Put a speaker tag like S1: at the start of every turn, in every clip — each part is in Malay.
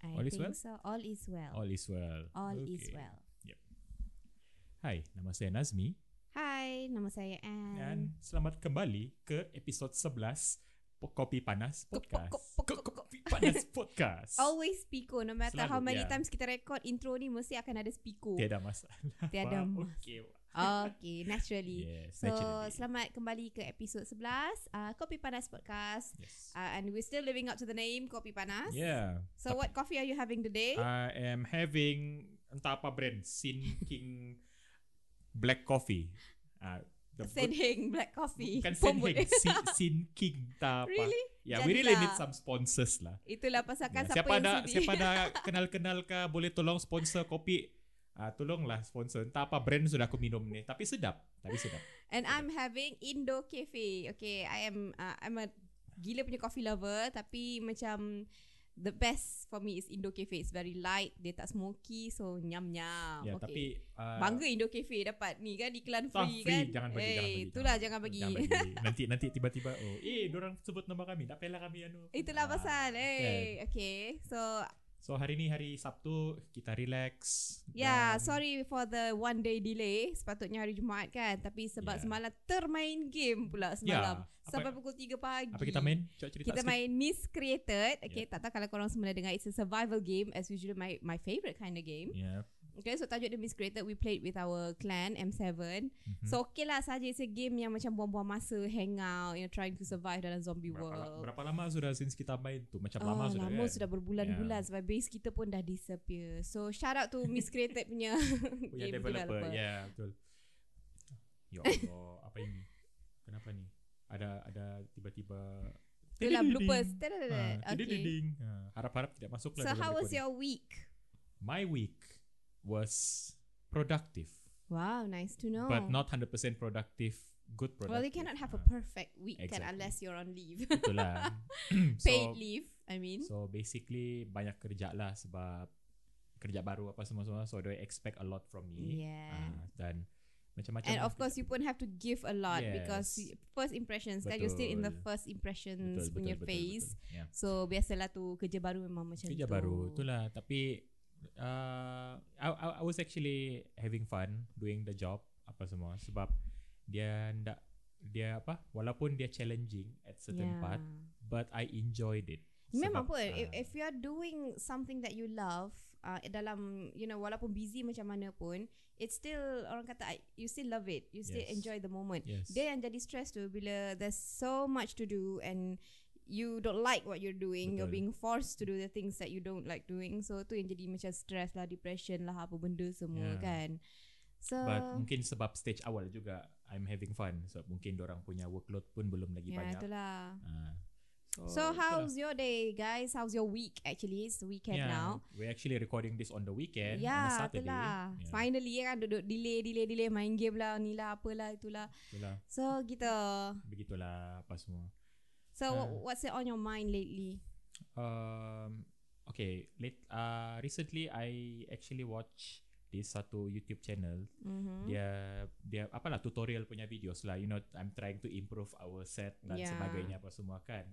S1: I
S2: All is
S1: think
S2: well?
S1: so. All is well.
S2: All is well.
S1: All is
S2: Okay.
S1: well.
S2: Hai, nama saya Nazmi
S1: Hai, nama saya Anne.
S2: dan selamat kembali ke episod 11 Po- Kopi Panas
S1: Kop,
S2: Podcast.
S1: kop, kop,
S2: Ko-
S1: kop,
S2: Kopi Panas Podcast.
S1: Always Pico. No matter
S2: Selalu,
S1: how many
S2: ya.
S1: times kita record intro ni mesti akan ada Pico.
S2: Tiada masalah.
S1: Tiada masalah.
S2: Okey.
S1: Okay, naturally.
S2: Yes,
S1: so,
S2: naturally.
S1: selamat kembali ke episod 11 uh, Kopi Panas Podcast.
S2: Yes.
S1: Uh, and we're still living up to the name Kopi Panas.
S2: Yeah. Uh,
S1: So, what coffee are you having today?
S2: I am having entah apa brand Sin King Black Coffee. Ah, the
S1: Sen
S2: good-
S1: Heng Black Coffee.
S2: bukan Sin
S1: Pom boleh.
S2: Heng, Sin, Sin King tak apa.
S1: Really?
S2: Yeah, we really
S1: Jadilah.
S2: need some sponsors lah.
S1: Itulah pasalkan siapa,
S2: Ya, siapa
S1: yang
S2: ada
S1: sudi.
S2: siapa ada kenal-kenal ke boleh tolong sponsor kopi. Ah tolonglah sponsor. Entah apa brand sudah aku minum ni, tapi sedap. Tapi sedap.
S1: And I'm having Indo Cafe. Okay, I am uh, I'm a gila punya coffee lover tapi macam the best for me is Indo Cafe. It's very light, dia tak smoky, so nyam nyam.
S2: Ya,
S1: okay.
S2: tapi ah,
S1: Bangga Indo Cafe dapat ni kan iklan
S2: tak,
S1: free,
S2: free.
S1: kan.
S2: Jangan bagi,
S1: Eh,
S2: jangan bagi.
S1: Itulah jangan bagi.
S2: Jangan bagi. nanti nanti tiba-tiba oh, eh orang sebut nama kami. Tak payahlah kami anu.
S1: Itulah
S2: Ah,
S1: pasal. Eh,
S2: kan.
S1: okay. So,
S2: So hari ni hari Sabtu kita relax.
S1: yeah, Ya,
S2: dan-
S1: sorry for the one day delay. Sepatutnya hari Jumaat kan, tapi sebab
S2: Yeah.
S1: semalam termain game pula semalam
S2: Yeah. Ya. Apa-
S1: sampai pukul 3 pagi.
S2: Apa kita main? Cak cerita
S1: Kita
S2: sikit.
S1: main Miscreated Okay yeah. tak tahu kalau korang semua dah dengar It's a survival game As usual my my favourite kind of game
S2: Yeah.
S1: Okay so tajuk dia Miscreated We played with our clan M7
S2: Hmm. Mhm.
S1: mm-hmm. So okay lah saja It's a game yang macam buang-buang masa Hang out You know trying to survive dalam zombie
S2: Berapa, la-
S1: world
S2: berapa lama sudah since kita main tu? Macam
S1: Ah,
S2: lama sudah
S1: lama
S2: kan?
S1: sudah berbulan-bulan yeah. Sebab base kita pun dah disappear So shout out to Miscreated punya
S2: Punya
S1: game lah,
S2: developer. Ya, yeah, betul. Ya Allah, apa ini? Kenapa ni? Ada ada tiba-tiba
S1: Itulah lah
S2: Tidididing.
S1: bloopers
S2: Ah,
S1: okay.
S2: tidididing. Ah, Harap-harap tidak masuklah
S1: So
S2: dalam
S1: how was
S2: recording.
S1: your week?
S2: My week was productive.
S1: Wow nice to know
S2: But not 100% productive. Good productive.
S1: Well, you cannot have a
S2: Ah,
S1: perfect week
S2: Exactly.
S1: kan unless you're on leave.
S2: Itulah. So,
S1: Paid leave, I mean.
S2: So basically banyak kerja lah sebab kerja baru apa semua-semua so they expect a lot from me.
S1: Yeah.
S2: Ah, dan macam-macam.
S1: And
S2: lah
S1: of course you pun have to give a lot
S2: Yes.
S1: because you- first impressions kan you're still in the
S2: Betul.
S1: first impressions Mm, punya phase.
S2: Betul. Yeah.
S1: So biasalah tu kerja baru memang macam
S2: Kerja
S1: tu.
S2: baru lah itulah tapi uh, I, I, I was actually having fun doing the job apa semua sebab dia ndak dia apa walaupun dia challenging at
S1: Yeah.
S2: certain part but I enjoyed it.
S1: Ya. Memang
S2: Sebab,
S1: pun
S2: ah,
S1: if, if you are doing something that you love uh, dalam you know walaupun busy macam mana pun it's still orang kata I- you still love it you still
S2: Yes.
S1: enjoy the moment
S2: Yes.
S1: dia yang jadi stress tu bila there's so much to do and you don't like what you're doing you're
S2: Betul.
S1: being forced to do the things that you don't like doing so tu yang jadi macam stress lah depression lah apa benda semua
S2: Yeah.
S1: kan so
S2: But mm, mungkin sebab stage awal juga I'm having fun so mungkin orang punya workload pun belum lagi
S1: yeah,
S2: banyak.
S1: ya, itulah
S2: Ah.
S1: so
S2: itulah.
S1: how's your day guys how's your week actually it's the weekend
S2: yeah,
S1: now
S2: We're actually recording this on the weekend on a
S1: Ya,
S2: Saturday.
S1: itulah.
S2: Yeah,
S1: Finally kan duduk delay, delay, delay. Main game lah, ni lah, apalah, itulah.
S2: itulah.
S1: So, gitu.
S2: Begitulah apa semua.
S1: So,
S2: Ah.
S1: what's it on your mind lately?
S2: Um, okay, late, uh, recently I actually watch di satu YouTube channel
S1: Mm-hmm.
S2: dia dia apalah tutorial punya videos lah you know I'm trying to improve our set dan
S1: Yeah.
S2: sebagainya apa semua kan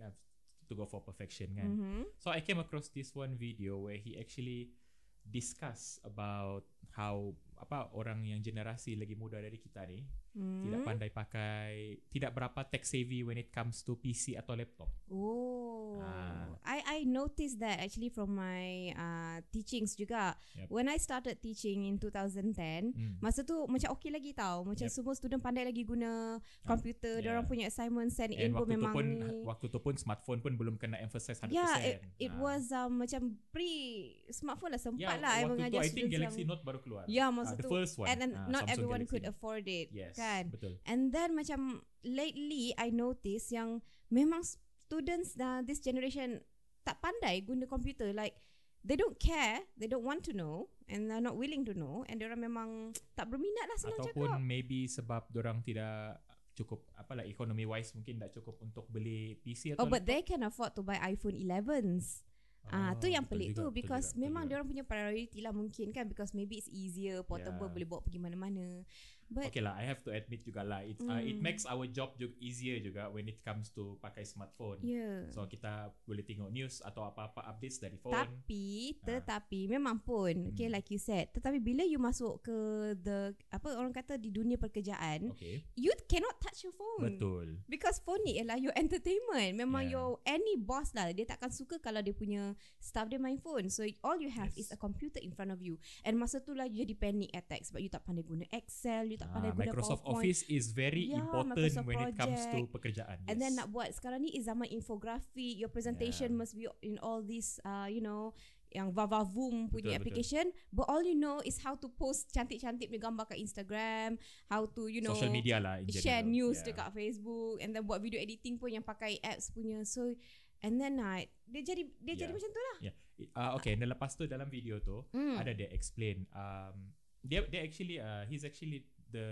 S2: to go for perfection kan
S1: Mm-hmm.
S2: So I came across this one video where he actually discuss about how apa orang yang generasi lagi muda dari kita ni
S1: Mm.
S2: tidak pandai pakai tidak berapa tech savvy when it comes to PC atau laptop.
S1: Oh,
S2: Ah.
S1: I I noticed that actually from my uh, teachings juga.
S2: Yep.
S1: When I started teaching in 2010,
S2: Hmm.
S1: masa tu macam okey lagi tau. Macam
S2: Yep.
S1: semua student pandai lagi guna komputer. Yeah.
S2: yeah.
S1: Diorang punya assignment send in
S2: And
S1: pun
S2: waktu tu
S1: memang
S2: pun ha,
S1: ni.
S2: waktu tu pun smartphone pun belum kena emphasize 100%.
S1: Yeah, it, it
S2: Ah.
S1: was um, macam pre smartphone lah sempat
S2: yeah,
S1: lah I
S2: waktu tu
S1: mengajar
S2: I think
S1: students
S2: Galaxy
S1: yang
S2: Note baru keluar.
S1: Yeah,
S2: Ah,
S1: masa
S2: the
S1: tu
S2: first one.
S1: and then
S2: Ah,
S1: not
S2: Samsung
S1: everyone
S2: Galaxy
S1: could
S2: Note.
S1: afford it
S2: Yes,
S1: kan
S2: betul.
S1: and then macam lately I notice yang memang students dah this generation tak pandai guna komputer like they don't care they don't want to know and they're not willing to know and orang memang tak berminat lah senang
S2: ataupun
S1: cakap
S2: maybe sebab orang tidak cukup apalah economy wise mungkin tak cukup untuk beli PC
S1: Oh,
S2: atau
S1: but they can afford to buy iPhone 11s. Ah, tu yang
S2: lah. Oh, betul
S1: pelik
S2: juga,
S1: tu
S2: betul
S1: because
S2: juga, betul
S1: memang
S2: juga.
S1: dia orang punya priority lah mungkin kan because maybe it's easier portable
S2: Yeah.
S1: boleh bawa pergi mana-mana. But
S2: Ya. Okay lah, I have to admit juga lah, it, uh, it
S1: Mm.
S2: makes our job juga easier juga when it comes to pakai smartphone.
S1: yeah.
S2: So kita boleh tengok news atau apa-apa updates dari phone.
S1: Tapi
S2: Ah.
S1: tetapi memang pun okay
S2: Hmm.
S1: like you said tetapi bila you masuk ke the apa orang kata di dunia perkerjaan
S2: okay,
S1: you cannot touch your phone.
S2: Oh. betul. Ya.
S1: Because phone ni ialah your entertainment. Memang
S2: Yeah.
S1: your any boss lah dia takkan suka kalau dia punya staff dia main phone. So all you have yes.
S2: Yes.
S1: is a computer in front of you. And masa tu lah you jadi panic attack sebab you tak pandai guna Excel, you tak
S2: Ah,
S1: pandai guna
S2: Microsoft
S1: PowerPoint.
S2: Office is very
S1: Yeah,
S2: important
S1: Microsoft
S2: when it comes to
S1: project.
S2: pekerjaan.
S1: And then
S2: yes.
S1: nak buat sekarang ni is zaman infografik. Your presentation
S2: Yeah.
S1: yeah. must be in all this uh, you know yang Vavavoom
S2: Betul,
S1: punya
S2: betul.
S1: application but all you know is how to post cantik-cantik punya gambar kat Instagram how to you know
S2: social media lah in
S1: share
S2: general.
S1: news
S2: yeah.
S1: dekat Facebook and then buat video editing pun yang pakai apps punya so and then uh, dia jadi dia jadi
S2: Yeah.
S1: macam tu lah
S2: Ah, okay, dan lepas tu dalam video tu
S1: mm.
S2: ada dia explain um dia dia actually uh, he's actually the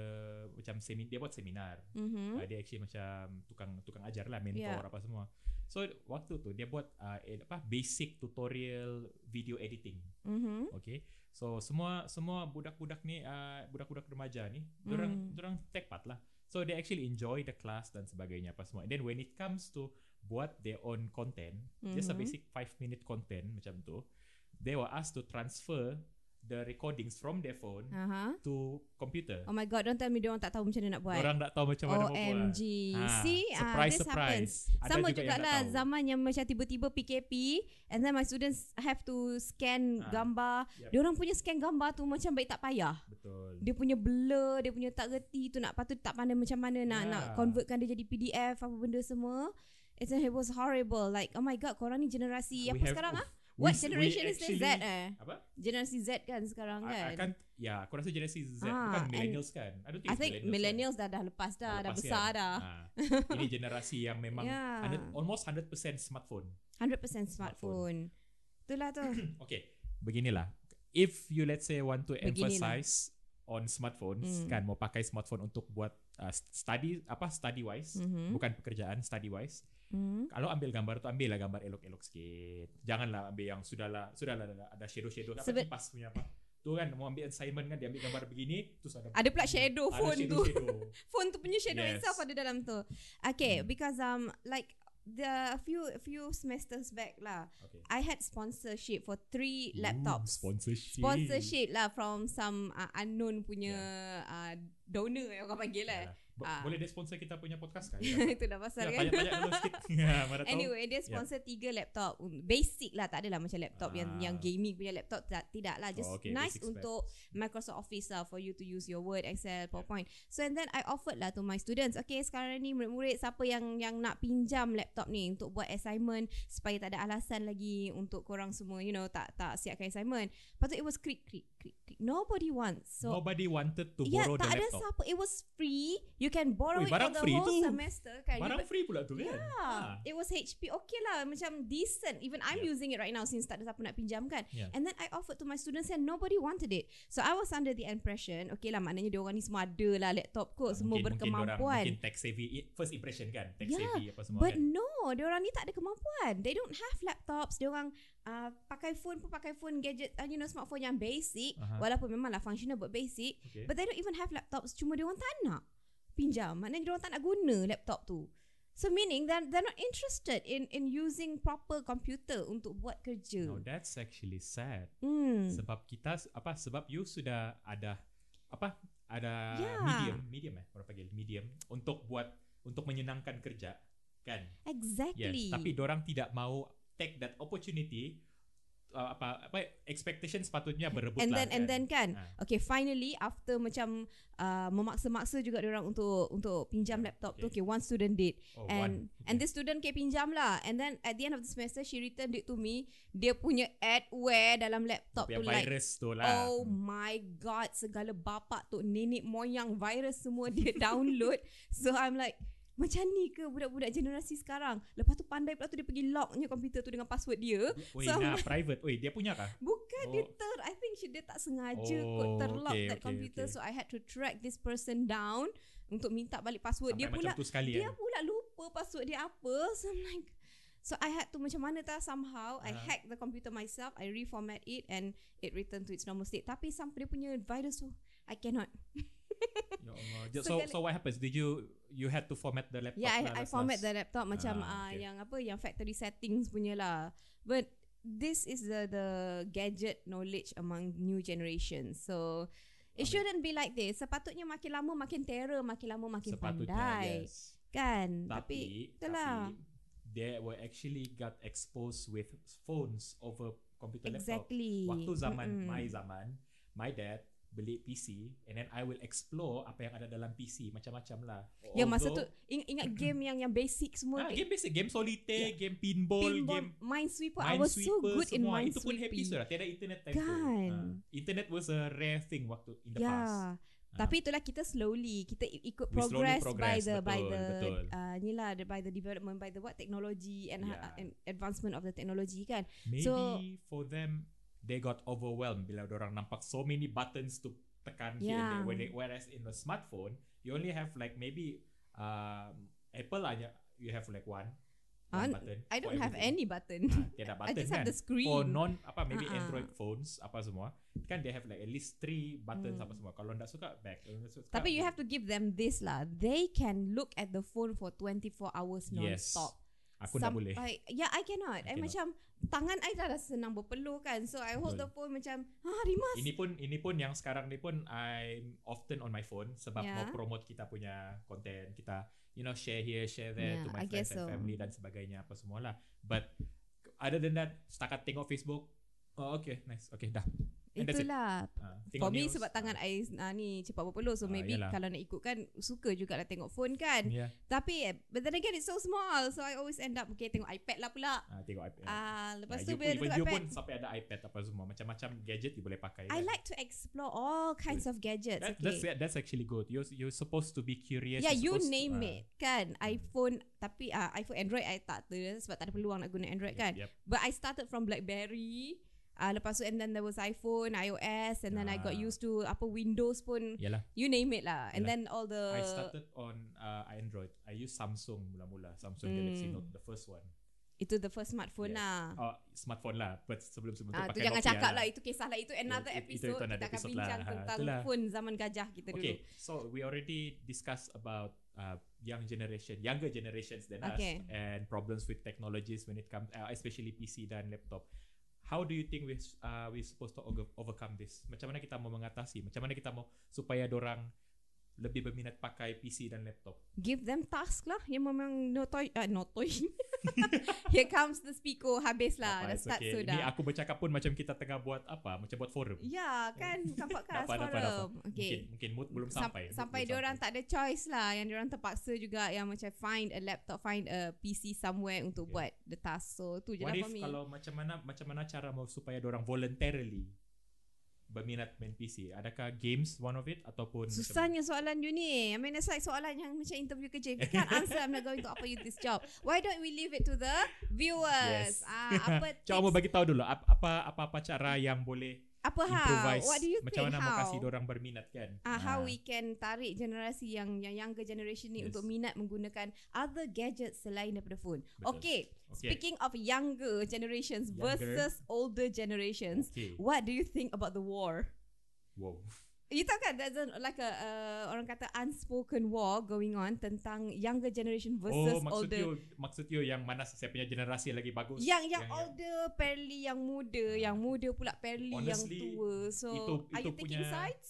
S2: macam semi dia buat seminar.
S1: mm-hmm.
S2: Hmm? Uh, dia actually macam tukang tukang ajar lah mentor yeah.
S1: Yeah.
S2: apa semua. So waktu tu dia buat uh, eh, apa basic tutorial video editing.
S1: Mm-hmm.
S2: Okay. So semua semua budak-budak ni uh, budak-budak remaja ni, orang
S1: Hmm.
S2: orang take part lah. So they actually enjoy the class dan sebagainya apa semua. And then when it comes to buat their own content, just a
S1: Mhm.
S2: basic 5 minute content macam tu, they were asked to transfer the recordings from their phone
S1: Uh-huh.
S2: to computer.
S1: oh my god don't tell me dia orang tak tahu macam mana nak buat
S2: Orang tak tahu macam mana buat.
S1: OMG
S2: Ah,
S1: see ah,
S2: surprise
S1: this
S2: surprise.
S1: happens sama
S2: Ada juga yang
S1: juga
S2: tak
S1: lah
S2: tahu.
S1: zaman yang macam tiba-tiba PKP and then my students have to scan
S2: Ah,
S1: gambar
S2: yep.
S1: dia orang punya scan gambar tu macam baik tak payah
S2: Betul.
S1: dia punya blur dia punya tak reti tu nak patut tak pandai macam mana nak
S2: Ya.
S1: nak convertkan dia jadi PDF apa benda semua It's, it was horrible like oh my god korang ni generasi apa sekarang ah what generation is this Z eh
S2: Apa?
S1: generasi Z kan sekarang kan
S2: I, I can't, ya, aku rasa generasi Z
S1: Ah,
S2: bukan
S1: and-
S2: millennials kan. I don't
S1: I
S2: think, it's
S1: think
S2: millennials kan.
S1: millennials dah dah lepas dah dah
S2: Lepas
S1: besar
S2: kan?
S1: dah Ya.
S2: Ah, ini generasi yang memang
S1: Yeah.
S2: 100, almost 100% smartphone.
S1: 100% smartphone itulah tu
S2: Okay, beginilah. If you let's say want to
S1: Beginilah.
S2: emphasize on
S1: Mm.
S2: smartphones kan mau pakai smartphone untuk buat uh, study apa study wise
S1: Mhm.
S2: bukan pekerjaan study wise
S1: hmm.
S2: kalau ambil gambar tu ambillah gambar elok-elok sikit janganlah ambil yang sudahlah sudahlah ada- lah, ada shadow-shadow apa
S1: Sebe-
S2: kipas punya apa tu kan mau ambil assignment kan diambil gambar begini terus ada
S1: Ada pula shadow
S2: ada
S1: phone tu.
S2: shadow-shadow.
S1: phone tu punya shadow
S2: Yes.
S1: yes. itself ada dalam tu okay
S2: Hmm.
S1: because um like the few few semesters back lah
S2: okay.
S1: I had sponsorship for three
S2: Ooh,
S1: laptops
S2: sponsorship
S1: sponsorship lah from some uh, unknown punya uh, donor yang orang panggil lah.
S2: Ya. Bo-
S1: Ah.
S2: Boleh dia sponsor kita punya podcast kan?
S1: Itu dah pasal kan.
S2: Ya, banyak-banyak dulu sikit. Ya, mana tahu.
S1: Anyway, dia sponsor tiga laptop. Mm, Basic lah, tak adalah macam laptop yang
S2: Ah.
S1: yang gaming punya laptop tak tidak lah. Just
S2: Oh, okay,
S1: nice
S2: basic spec.
S1: untuk Microsoft Office lah for you to use your Word, Excel, PowerPoint. So and then I offered lah to my students. Okay, sekarang ni murid-murid siapa yang yang nak pinjam laptop ni untuk buat assignment supaya tak ada alasan lagi untuk korang semua you know tak tak siapkan assignment. Lepas tu it was click click click click. Nobody wants. So
S2: Nobody wanted to
S1: Ya,
S2: borrow the
S1: tak ada
S2: laptop.
S1: siapa. It was free. You can borrow it
S2: Ui,
S1: for
S2: barang
S1: the
S2: free
S1: whole
S2: tu.
S1: semester kan.
S2: Barang
S1: you,
S2: free pula tu kan?
S1: Ah, It was HP Okay lah Macam decent Even I'm
S2: Yeah.
S1: using it right now Since tak ada siapa nak pinjam kan
S2: Yeah.
S1: And then I offered to my students And nobody wanted it So I was under the impression Okay lah maknanya Diorang ni semua ada lah laptop kot Semua
S2: Ah, mungkin, Mungkin, orang,
S1: berkemampuan Ya,
S2: mungkin tax savvy. i- First impression kan? Tax
S1: Yeah,
S2: savvy apa semua
S1: But
S2: kan?
S1: no Diorang ni tak ada kemampuan They don't have laptops Diorang uh, Pakai phone pun pakai phone Gadget uh, You know smartphone yang basic
S2: Aha.
S1: Walaupun memang lah Functional but basic
S2: Okay.
S1: But they don't even have laptops Cuma diorang tak nak Pinjam Maknanya diorang tak nak guna laptop tu So meaning that they're not interested in in using proper computer untuk buat kerja.
S2: Now that's actually sad.
S1: Hmm.
S2: Sebab kita, s- apa, sebab you sudah ada, apa, ada
S1: Yeah.
S2: medium, medium eh, orang panggil medium, untuk buat, untuk menyenangkan kerja. Kan?
S1: Exactly.
S2: Yes, tapi orang tidak mau take that opportunity uh, apa apa expectation sepatutnya berebut
S1: and
S2: lah,
S1: then and then kan.
S2: Ah.
S1: Okay, finally after macam uh, memaksa-maksa juga dia orang untuk untuk pinjam laptop tu.
S2: Okay.
S1: Okay, one student did.
S2: oh, one.
S1: And and this student ke pinjam lah. And then at the end of the semester she returned it to me. Dia punya adware dalam laptop tu
S2: Yang
S1: like
S2: virus tu lah
S1: Oh my god Segala bapak tu Nenek moyang Virus semua dia download So I'm like Macam ni ke Budak-budak generasi sekarang Lepas tu pandai pula tu Dia pergi locknya komputer tu Dengan password dia
S2: Oi,
S1: so-
S2: nah, private. Oi, dia punya kah?
S1: Bukan dia
S2: Oh.
S1: ter I think she, dia tak sengaja
S2: Oh,
S1: kot Terlock
S2: okay,
S1: that
S2: okay,
S1: computer
S2: okay.
S1: So I had to track this person down Untuk minta balik password
S2: Oh, Sampai
S1: Dia
S2: macam
S1: pula
S2: tu sekali
S1: Dia
S2: kan?
S1: pula lupa password dia apa So I'm like So I had to macam mana tak somehow I
S2: Ah.
S1: hack the computer myself I reformat it And it returned to its normal state Tapi sampai dia punya virus tu I cannot
S2: Ya Allah. Ju-
S1: So
S2: So
S1: kali-
S2: so what happens? Did you you had to format the laptop?
S1: Yeah, I,
S2: lah
S1: I
S2: last-
S1: format
S2: last?
S1: the laptop macam ah
S2: Ah, okay.
S1: yang apa yang factory settings punya lah. But this is the the gadget knowledge among new generation. So it
S2: Ambil.
S1: shouldn't be like this. Sepatutnya makin lama makin terror, makin lama makin
S2: Sepatutnya,
S1: pandai.
S2: yes.
S1: Kan?
S2: Tapi,
S1: Tapi, itulah.
S2: tapi they were actually got exposed with phones over computer laptop.
S1: exactly.
S2: Waktu zaman
S1: Mm-mm.
S2: my zaman, my dad beli PC and then I will explore apa yang ada dalam PC macam-macam lah.
S1: yang Ya, masa tu
S2: Although-
S1: ing- ingat game yang yang basic semua.
S2: ah,
S1: kayak
S2: game basic, game solitaire, game pinball,
S1: Ya.
S2: game
S1: pinball, Minesweeper. I was so
S2: Minesweeper
S1: good in
S2: semua. Itu pun happy
S1: Minesweeper.
S2: sudah. Tiada internet time tu.
S1: Kan. Ya.
S2: Ah, internet was a rare thing waktu in the past.
S1: Yeah.
S2: Ah.
S1: Tapi itulah kita slowly kita i- ikut
S2: We slowly
S1: progress, by
S2: progress,
S1: the by
S2: betul,
S1: the
S2: betul. Ya.
S1: uh, ni lah the, by the development by the what technology and ha-
S2: Yeah.
S1: and advancement of the technology kan.
S2: Maybe
S1: So-
S2: for them they got overwhelmed bila orang nampak so many buttons to tekan here and
S1: Yeah.
S2: there. When they, whereas in the smartphone you only have like maybe um, Apple aja you have like one, one
S1: Ah,
S2: button.
S1: I
S2: for
S1: don't have
S2: everything.
S1: any button.
S2: Ah, tiada
S1: I
S2: button
S1: just
S2: kan.
S1: have the screen.
S2: For non apa maybe
S1: Ah, ah.
S2: Android phones apa semua kan they have like at least three buttons
S1: Hmm.
S2: apa semua. Kalau tak suka back. Kalau nak suka,
S1: Tapi you
S2: back.
S1: have to give them this lah. They can look at the phone for 24 hours
S2: Yes.
S1: non-stop.
S2: aku tak boleh.
S1: Sampai- Yeah, I cannot. I,
S2: I cannot.
S1: macam tangan I dah, dah senang berpeluh kan. So I hold
S2: Betul.
S1: the phone macam, ah rimas.
S2: Ini pun ini pun yang sekarang ni pun I'm often on my phone sebab
S1: Yeah.
S2: mau promote kita punya konten kita you know share here share
S1: Yeah,
S2: there to
S1: Ya,
S2: my
S1: I
S2: friends
S1: guess
S2: and
S1: so.
S2: family dan sebagainya apa semua lah. But other than that setakat tengok Facebook oh okay nice okay dah. And that's it.
S1: Itulah.
S2: Ah,
S1: For
S2: tengok
S1: me
S2: news,
S1: sebab tangan
S2: ah,
S1: I uh, ni cepat berpeluh So
S2: Ah,
S1: maybe
S2: yalah.
S1: kalau nak ikut kan Suka jugalah tengok phone kan
S2: yeah.
S1: Tapi eh, But then again it's so small So I always end up Okay tengok iPad lah pula
S2: Ah, tengok iPad.
S1: Ah, Lepas
S2: Yeah,
S1: tu
S2: you
S1: bila
S2: pun, even
S1: tengok
S2: you
S1: iPad
S2: pun sampai ada iPad apa semua macam-macam gadget you boleh pakai.
S1: I
S2: kan.
S1: like to explore all kinds of gadgets
S2: That, that's
S1: okay.
S2: that's actually good. You you supposed to be curious.
S1: Yeah you
S2: you're supposed
S1: name
S2: to- ah,
S1: it Kan iPhone Tapi ah, iPhone Android I tak tu Sebab tak ada peluang nak guna Android
S2: yep,
S1: kan
S2: yep.
S1: But I started from Blackberry Ah, Lepas tu and then there was iPhone iOS And then I got
S2: Ah.
S1: used to Apa Windows pun
S2: Yalah.
S1: You name it lah And
S2: Yalah.
S1: then all the
S2: I started on uh, Android. I used Samsung mula-mula. Samsung
S1: Hmm.
S2: Galaxy Note, the first one.
S1: Itu the first smartphone
S2: Yes.
S1: lah.
S2: Oh, smartphone lah. But sebelum-sebelum
S1: Ah, tu
S2: tu pakai
S1: jangan
S2: Nokia
S1: cakap lah.
S2: lah.
S1: Itu kisah lah. Itu another
S2: Itu- itu- itu
S1: episode.
S2: another
S1: kita akan
S2: episode
S1: bincang
S2: lah. Ha,
S1: tentang
S2: itulah.
S1: phone zaman gajah kita dulu.
S2: Okay, so we already discussed about uh, young generation, younger generations than
S1: Okay.
S2: us, and problems with technologies when it comes, uh, especially PC dan laptop. How do you think we uh, we supposed to over- overcome this? Macam mana kita mau mengatasi? Macam mana kita mau supaya orang lebih berminat pakai PC dan laptop?
S1: Give them task lah. Yang memang no toy. Uh, no toy. Here comes the speaker. Habis lah.
S2: Apa,
S1: Dah
S2: it's
S1: start
S2: okay.
S1: so
S2: Ini
S1: dah.
S2: aku bercakap pun macam kita tengah buat apa? Macam buat forum.
S1: Ya kan. Bukan podcast
S2: Dapat,
S1: forum.
S2: dapat, dapat. Mungkin
S1: Okay.
S2: mungkin mood belum
S1: Sam-
S2: sampai.
S1: sampai
S2: Mood belum
S1: diorang tak ada choice lah yang diorang terpaksa juga yang macam find a laptop find a PC somewhere untuk
S2: Okay.
S1: buat the task so tu je
S2: What
S1: lah
S2: if
S1: for me
S2: kalau macam mana macam mana cara mau supaya orang voluntarily berminat main PC? Adakah games one of it ataupun macam-
S1: Susahnya soalan you ni. I mean, it's like soalan yang macam interview kerja. If you can't answer, I'm not going to offer you this job. Why don't we leave it to the viewers?
S2: Yes.
S1: Ah, apa tips,
S2: Cak mau bagi tahu dulu ap- apa apa apa cara yang boleh
S1: apa how?
S2: improvise
S1: What do you think
S2: macam mana mau
S1: how?
S2: kasih orang berminat kan?
S1: Ah, how we can tarik generasi yang yang younger generation ni
S2: Yes.
S1: untuk minat menggunakan other gadgets selain daripada phone.
S2: Betul.
S1: Okay, speaking of younger generations
S2: Younger.
S1: versus older generations,
S2: okay.
S1: what do you think about the war?
S2: Wow.
S1: You tahu kan there's a, like a uh, orang kata unspoken war going on tentang younger generation versus
S2: oh, maksud
S1: older. Ya.
S2: you maksud you yang mana saya punya generasi lagi bagus?
S1: Yang yang
S2: yang-
S1: older Perli yang muda,
S2: Ah.
S1: yang muda pula Perli yang
S2: Honestly,
S1: tua. So
S2: itu-
S1: are
S2: itu
S1: you taking
S2: punya-
S1: sides?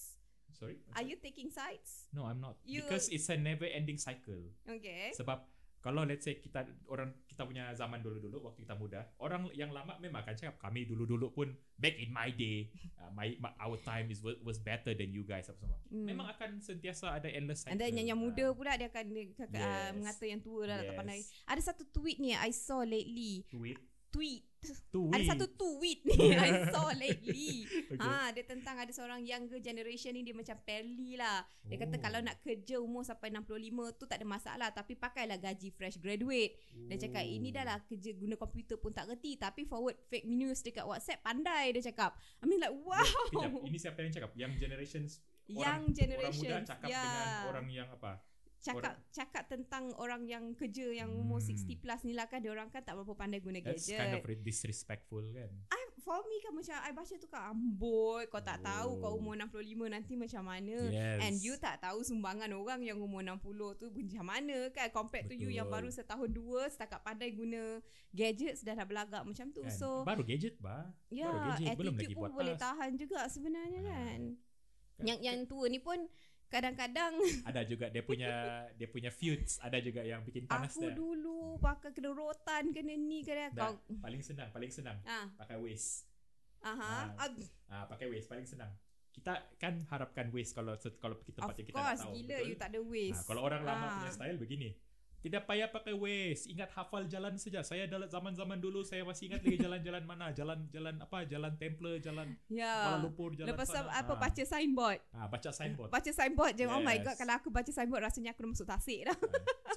S2: Sorry.
S1: Are you taking sides?
S2: No, I'm not.
S1: You-
S2: Because it's a never ending cycle.
S1: Okay.
S2: Sebab kalau let's say kita orang kita punya zaman dulu-dulu waktu kita muda, orang yang lama memang akan cakap kami dulu-dulu pun back in my day, uh, my, my our time is was, was better than you guys apa semua.
S1: Hmm.
S2: Memang akan sentiasa ada endless
S1: And
S2: cycle.
S1: then yang, yang
S2: Ah,
S1: muda pula dia akan dia akan, ah,
S2: Yes.
S1: mengata yang tua dah tak
S2: Yes.
S1: pandai. Ada satu tweet ni I saw lately.
S2: tweet
S1: Tweet.
S2: tweet.
S1: Ada satu tweet ni I saw lately.
S2: okay.
S1: Ha, dia tentang ada seorang younger generation ni dia macam Perli lah. Dia kata
S2: Oh.
S1: kalau nak kerja umur sampai 65 tu tak ada masalah tapi pakailah gaji fresh graduate. Dia cakap ini dah
S2: Oh.
S1: lah kerja guna komputer pun tak reti tapi forward fake news dekat WhatsApp pandai dia cakap. I mean like wow.
S2: Kejap, Oh. ini siapa yang cakap? Yang generations
S1: Yang ya.
S2: orang,
S1: generation.
S2: orang muda cakap dengan orang yang apa?
S1: cakap cakap tentang orang yang kerja yang umur
S2: Hmm.
S1: 60 plus ni lah kan dia orang kan tak berapa pandai guna
S2: That's
S1: gadget.
S2: kind of re- disrespectful kan.
S1: for me kan macam I baca tu kan amboi kau tak tahu kau
S2: Oh.
S1: umur 65 nanti macam mana
S2: Yes. Kan?
S1: And you tak tahu sumbangan orang yang umur 60 tu macam mana kan compared to you yang
S2: Betul.
S1: baru setahun dua setakat pandai guna gadgets dah dah belagak macam tu.
S2: kan?
S1: So
S2: baru gadget bah.
S1: ya
S2: baru gadget
S1: attitude
S2: belum lagi
S1: pun
S2: buat
S1: boleh
S2: task.
S1: tahan juga sebenarnya
S2: Ah.
S1: kan.
S2: Kan?
S1: Yang yang tua ni pun kadang-kadang
S2: ada juga dia punya dia punya feuds ada juga yang bikin panas
S1: aku
S2: dia.
S1: dulu pakai kena rotan kena ni kena kau
S2: Dah. Paling senang, paling senang
S1: ah
S2: pakai waste.
S1: aha
S2: Ah,
S1: ah,
S2: Ah pakai waste paling senang. Kita kan harapkan waste kalau kalau kita
S1: of
S2: tempat yang kita nak
S1: course
S2: tahu.
S1: gila
S2: betul?
S1: you tak ada waste.
S2: Ha, kalau orang lama
S1: Ah.
S2: punya style begini. Tidak payah pakai waste. Ingat hafal jalan saja. Saya dalam zaman-zaman dulu saya masih ingat lagi jalan-jalan mana. Jalan-jalan apa? Jalan Templar, jalan Kuala
S1: ya.
S2: Lumpur, jalan
S1: Lepas tu
S2: sana.
S1: apa
S2: Ah.
S1: baca signboard.
S2: Ah, baca signboard.
S1: Baca signboard je. Oh my
S2: Yes.
S1: god kalau aku baca signboard rasanya aku dah masuk tasik dah.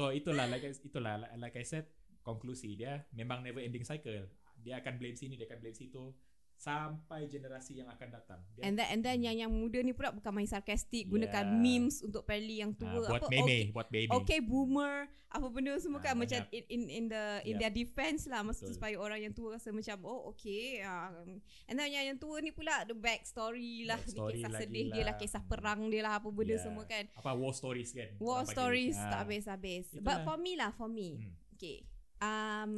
S2: so itulah like I- itulah like, like I said konklusi dia memang never ending cycle. Dia akan blame sini, dia akan blame situ sampai generasi yang akan datang. Dia
S1: And then and then yang yang muda ni pula bukan main sarkastik, gunakan Ha,
S2: Yeah.
S1: memes untuk Perli yang
S2: ah,
S1: tua apa
S2: buat meme,
S1: okay,
S2: buat baby.
S1: okay boomer, apa benda semua
S2: Ah,
S1: kan macam
S2: banyak.
S1: in, in in the in
S2: Yep.
S1: their defense lah masa tu
S2: Betul.
S1: supaya orang yang tua rasa macam oh okay. Um, and then yang yang tua ni pula the back story lah, ni
S2: Backstory
S1: kisah
S2: lagi
S1: sedih dia lah,
S2: lah.
S1: kisah perang dia lah apa benda
S2: Yeah.
S1: semua kan.
S2: Apa war stories kan?
S1: War
S2: orang panggil.
S1: stories
S2: Ah,
S1: tak habis-habis.
S2: Itulah.
S1: But for me lah, for me.
S2: Hmm.
S1: Okay. Um,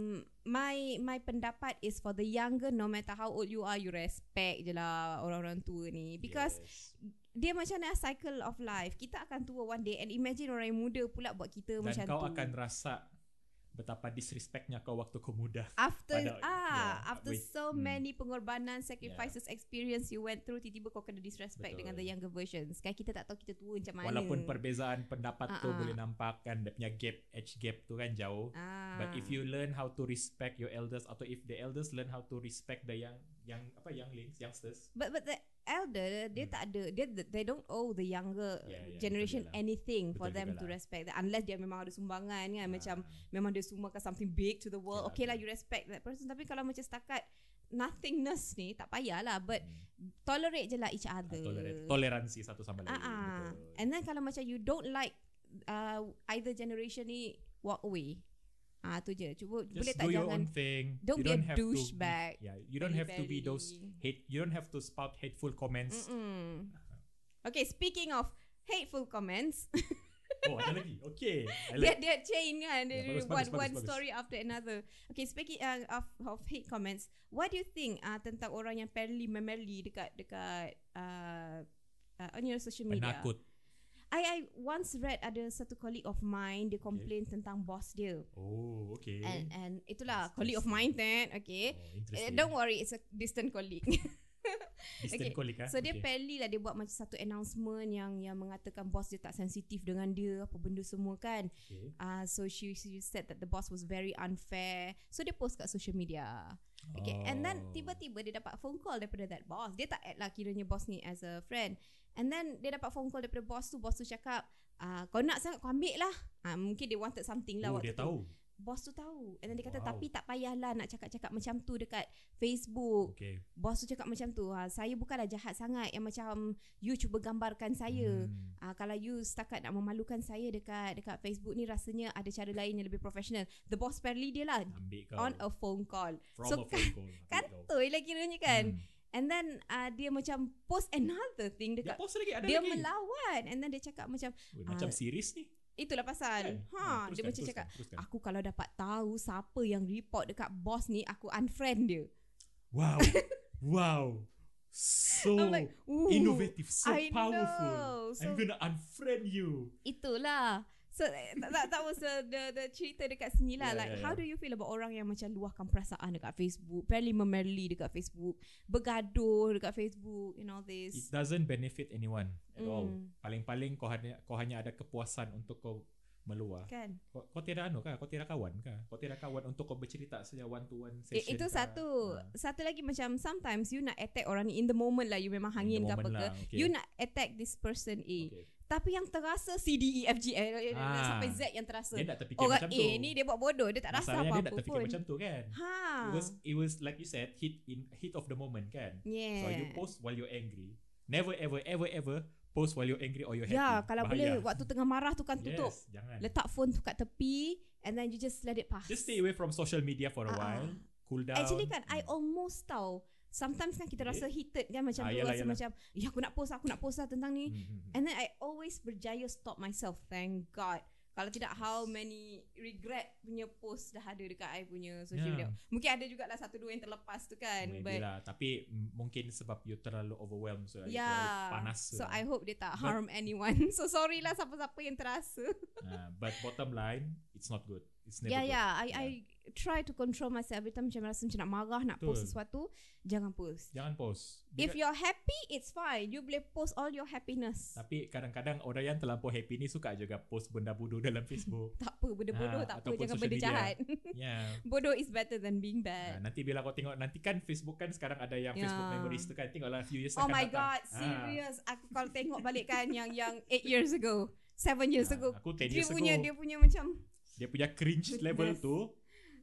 S1: my my pendapat is for the younger, no matter how old you are, you respect je lah orang-orang tua ni. Because
S2: yes.
S1: dia macam nak cycle of life. Kita akan tua one day and imagine orang yang muda pula buat kita
S2: dan
S1: macam
S2: kau
S1: tu.
S2: akan rasa betapa disrespectnya kau waktu kau muda.
S1: after
S2: pada-
S1: ah
S2: yeah,
S1: after
S2: with-
S1: so
S2: hmm.
S1: many pengorbanan, sacrifices, experience you went through, tiba-tiba kau kena disrespect
S2: Betul.
S1: dengan the younger versions. Kan kita tak tahu kita tua macam mana.
S2: Walaupun perbezaan pendapat tu
S1: Ah, ah.
S2: boleh nampak kan dia punya gap age gap tu kan jauh.
S1: ah.
S2: But if you learn how to respect your elders atau if the elders learn how to respect the young yang apa younglings youngsters
S1: But but the elder dia
S2: Hmm.
S1: tak ada dia they don't owe the younger
S2: Ya, ya,
S1: generation
S2: betul juga lah.
S1: anything for
S2: Betul
S1: them
S2: juga
S1: to
S2: lah.
S1: respect that unless dia memang ada sumbangan kan macam
S2: Ah,
S1: memang dia sumbangkan something big to the world
S2: Yalah,
S1: okay lah
S2: betul.
S1: you respect that person tapi kalau macam setakat nothingness ni tak payahlah but
S2: mm,
S1: tolerate je lah each
S2: ah,
S1: other
S2: tolerate- toleransi satu sama lain
S1: Ah, ah.
S2: betul.
S1: and then kalau macam you don't like uh, either generation ni walk away ah tu je cuba
S2: Just
S1: boleh
S2: do
S1: tak
S2: your
S1: jangan
S2: own thing
S1: don't
S2: you
S1: be a
S2: don't have to be-
S1: douchebag.
S2: yeah you don't have to
S1: belly-belly.
S2: be those hate you don't have to spout hateful comments
S1: Mm-mm. okay speaking of hateful comments
S2: oh ada lagi okay I
S1: dia
S2: like
S1: dia chain kan dia yeah,
S2: Ya,
S1: one
S2: bagus, bagus,
S1: one
S2: bagus,
S1: story after another okay speaking uh, of of hate comments what do you think uh, tentang orang yang perli memerli dekat dekat uh, uh, on your social media
S2: penakut
S1: I I once read ada satu colleague of mine dia complain tentang boss dia
S2: oh okay
S1: and and itulah
S2: That's
S1: colleague of mmine
S2: interesting.
S1: then okay
S2: oh,
S1: Eh,
S2: interesting
S1: don't worry it's a distant colleague
S2: distant
S1: okay,
S2: colleague ah
S1: So dia
S2: okay.
S1: Pelly lah dia buat macam satu announcement yang yang mengatakan bos dia tak sensitif dengan dia apa benda semua kan.
S2: okay.
S1: Ah, so she she said that the boss was very unfair. So dia post kat social media. Okay, oh. and then
S2: Oh.
S1: tiba-tiba dia dapat phone call daripada that boss. Dia tak add lah kiranya boss ni as a friend. And then dia dapat phone call daripada boss tu. Boss tu cakap, ah, kau nak sangat kau ambil lah. Ah, mungkin dia wanted something lah
S2: oh,
S1: waktu
S2: dia
S1: tu.
S2: tahu
S1: Boss tu tahu. And then dia kata,
S2: Wow.
S1: tapi tak payahlah nak cakap-cakap macam tu dekat Facebook.
S2: okay
S1: Bos tu cakap macam tu. Ah, saya bukanlah jahat sangat yang macam you cuba gambarkan saya.
S2: Hmm.
S1: Ah kalau you setakat nak memalukan saya dekat dekat Facebook ni rasanya ada cara lain yang lebih profesional. The boss Perli dia lah
S2: ambil kau
S1: on a phone call.
S2: from
S1: so
S2: a phone call ambil
S1: Kan tu
S2: kau.
S1: lah kiranya kan.
S2: Hmm.
S1: And then uh, dia macam post another thing dekat
S2: dia Ya, post lagi ada
S1: dia
S2: lagi
S1: melawan and then dia cakap macam
S2: Weh, macam
S1: Ah,
S2: series ni
S1: itulah pasal.
S2: Kan?
S1: Ha
S2: Ah,
S1: dia macam
S2: teruskan, teruskan,
S1: cakap
S2: teruskan.
S1: aku kalau dapat tahu siapa yang report dekat boss ni aku unfriend dia.
S2: wow wow so
S1: I'm like, ooh,
S2: innovative so
S1: I
S2: powerful
S1: know. So
S2: I'm gonna unfriend you
S1: Itulah. So eh, that, that, that was the, the the cerita dekat sini lah.
S2: Yeah,
S1: like
S2: yeah,
S1: how
S2: yeah.
S1: do you feel about orang yang macam luahkan perasaan dekat Facebook, barely memerli dekat Facebook, bergaduh dekat Facebook and all
S2: it
S1: this.
S2: doesn't benefit anyone at all
S1: Mm.
S2: paling-paling kau hanya kau hanya ada kepuasan untuk kau meluah
S1: Kan?
S2: kau, kau tiada anu kah kau tiada kawan kah kau tiada kawan untuk kau bercerita saja one to one
S1: Eh,
S2: session
S1: itu
S2: kah?
S1: satu.
S2: Ah,
S1: Satu lagi macam sometimes you nak attack orang ni in the moment lah you memang hangin
S2: in the
S1: ke apa
S2: moment
S1: ke.
S2: lah, okay.
S1: You nak attack this person A.
S2: Okay.
S1: Tapi yang terasa C D E F G eh,
S2: Ah.
S1: sampai Z yang terasa.
S2: dia tak terfikir
S1: Orang
S2: macam
S1: A
S2: tu
S1: ni dia buat bodoh, dia tak rasa
S2: Masalahnya dia
S1: apa-apa
S2: tak terfikir
S1: pun.
S2: macam tu kan
S1: ha.
S2: it was it was like you said hit in hit of the moment kan
S1: yeah.
S2: So you post while you're angry. Never ever ever ever post while you're angry or you're happy.
S1: Ya, kalau
S2: Bahaya.
S1: boleh waktu tengah marah tu kan tutup.
S2: Yes, jangan.
S1: Letak phone tu kat tepi and then you just let it pass.
S2: Just stay away from social media for
S1: Ah,
S2: a
S1: ah.
S2: while. Cool down. Hmm.
S1: Actually kan I almost tahu sometimes kan kita
S2: Okay.
S1: rasa heated kan macam
S2: Ah,
S1: kita
S2: yalah,
S1: rasa
S2: yalah.
S1: macam ya aku nak post aku nak post lah tentang ni
S2: Mm-hmm.
S1: and then I always berjaya stop myself thank god kalau tidak how many regret punya post dah ada dekat I punya social media
S2: Yeah.
S1: mungkin ada jugalah satu dua yang terlepas tu kan
S2: Maybe
S1: but
S2: lah. Tapi mm, mungkin sebab you terlalu overwhelmed. So you terlalu
S1: Yeah.
S2: panas.
S1: Ya.
S2: lah.
S1: So I hope dia tak
S2: But-
S1: harm anyone. So sorry lah siapa-siapa yang terasa.
S2: Ah, but bottom line, it's not good. It's never
S1: Ya yeah,
S2: good.
S1: ya, yeah. I
S2: Yeah.
S1: I try to control myself every time macam rasa macam nak marah, nak post
S2: Betul. Ya.
S1: sesuatu, jangan post.
S2: Jangan post.
S1: If you're happy, it's fine. You boleh post all your happiness.
S2: Tapi kadang-kadang orang yang terlampau happy ni suka juga post benda bodoh dalam Facebook.
S1: Tak apa, benda bodoh
S2: Ah,
S1: tak apa,
S2: ataupun
S1: jangan
S2: social
S1: benda
S2: media.
S1: jahat.
S2: ya.
S1: bodoh is better than being
S2: Ah,
S1: bad.
S2: nanti bila kau tengok nanti kan Facebook kan sekarang ada yang
S1: Ya.
S2: Facebook memories tu kan tengoklah few years
S1: oh
S2: akan
S1: my
S2: datang. Ah.
S1: god, serious. Aku kalau tengok balik kan yang yang 8 years ago, 7 years
S2: Ah,
S1: ago.
S2: Aku 10
S1: Dia
S2: years
S1: punya
S2: ago.
S1: dia punya macam
S2: Dia punya cringe
S1: Goodness.
S2: level tu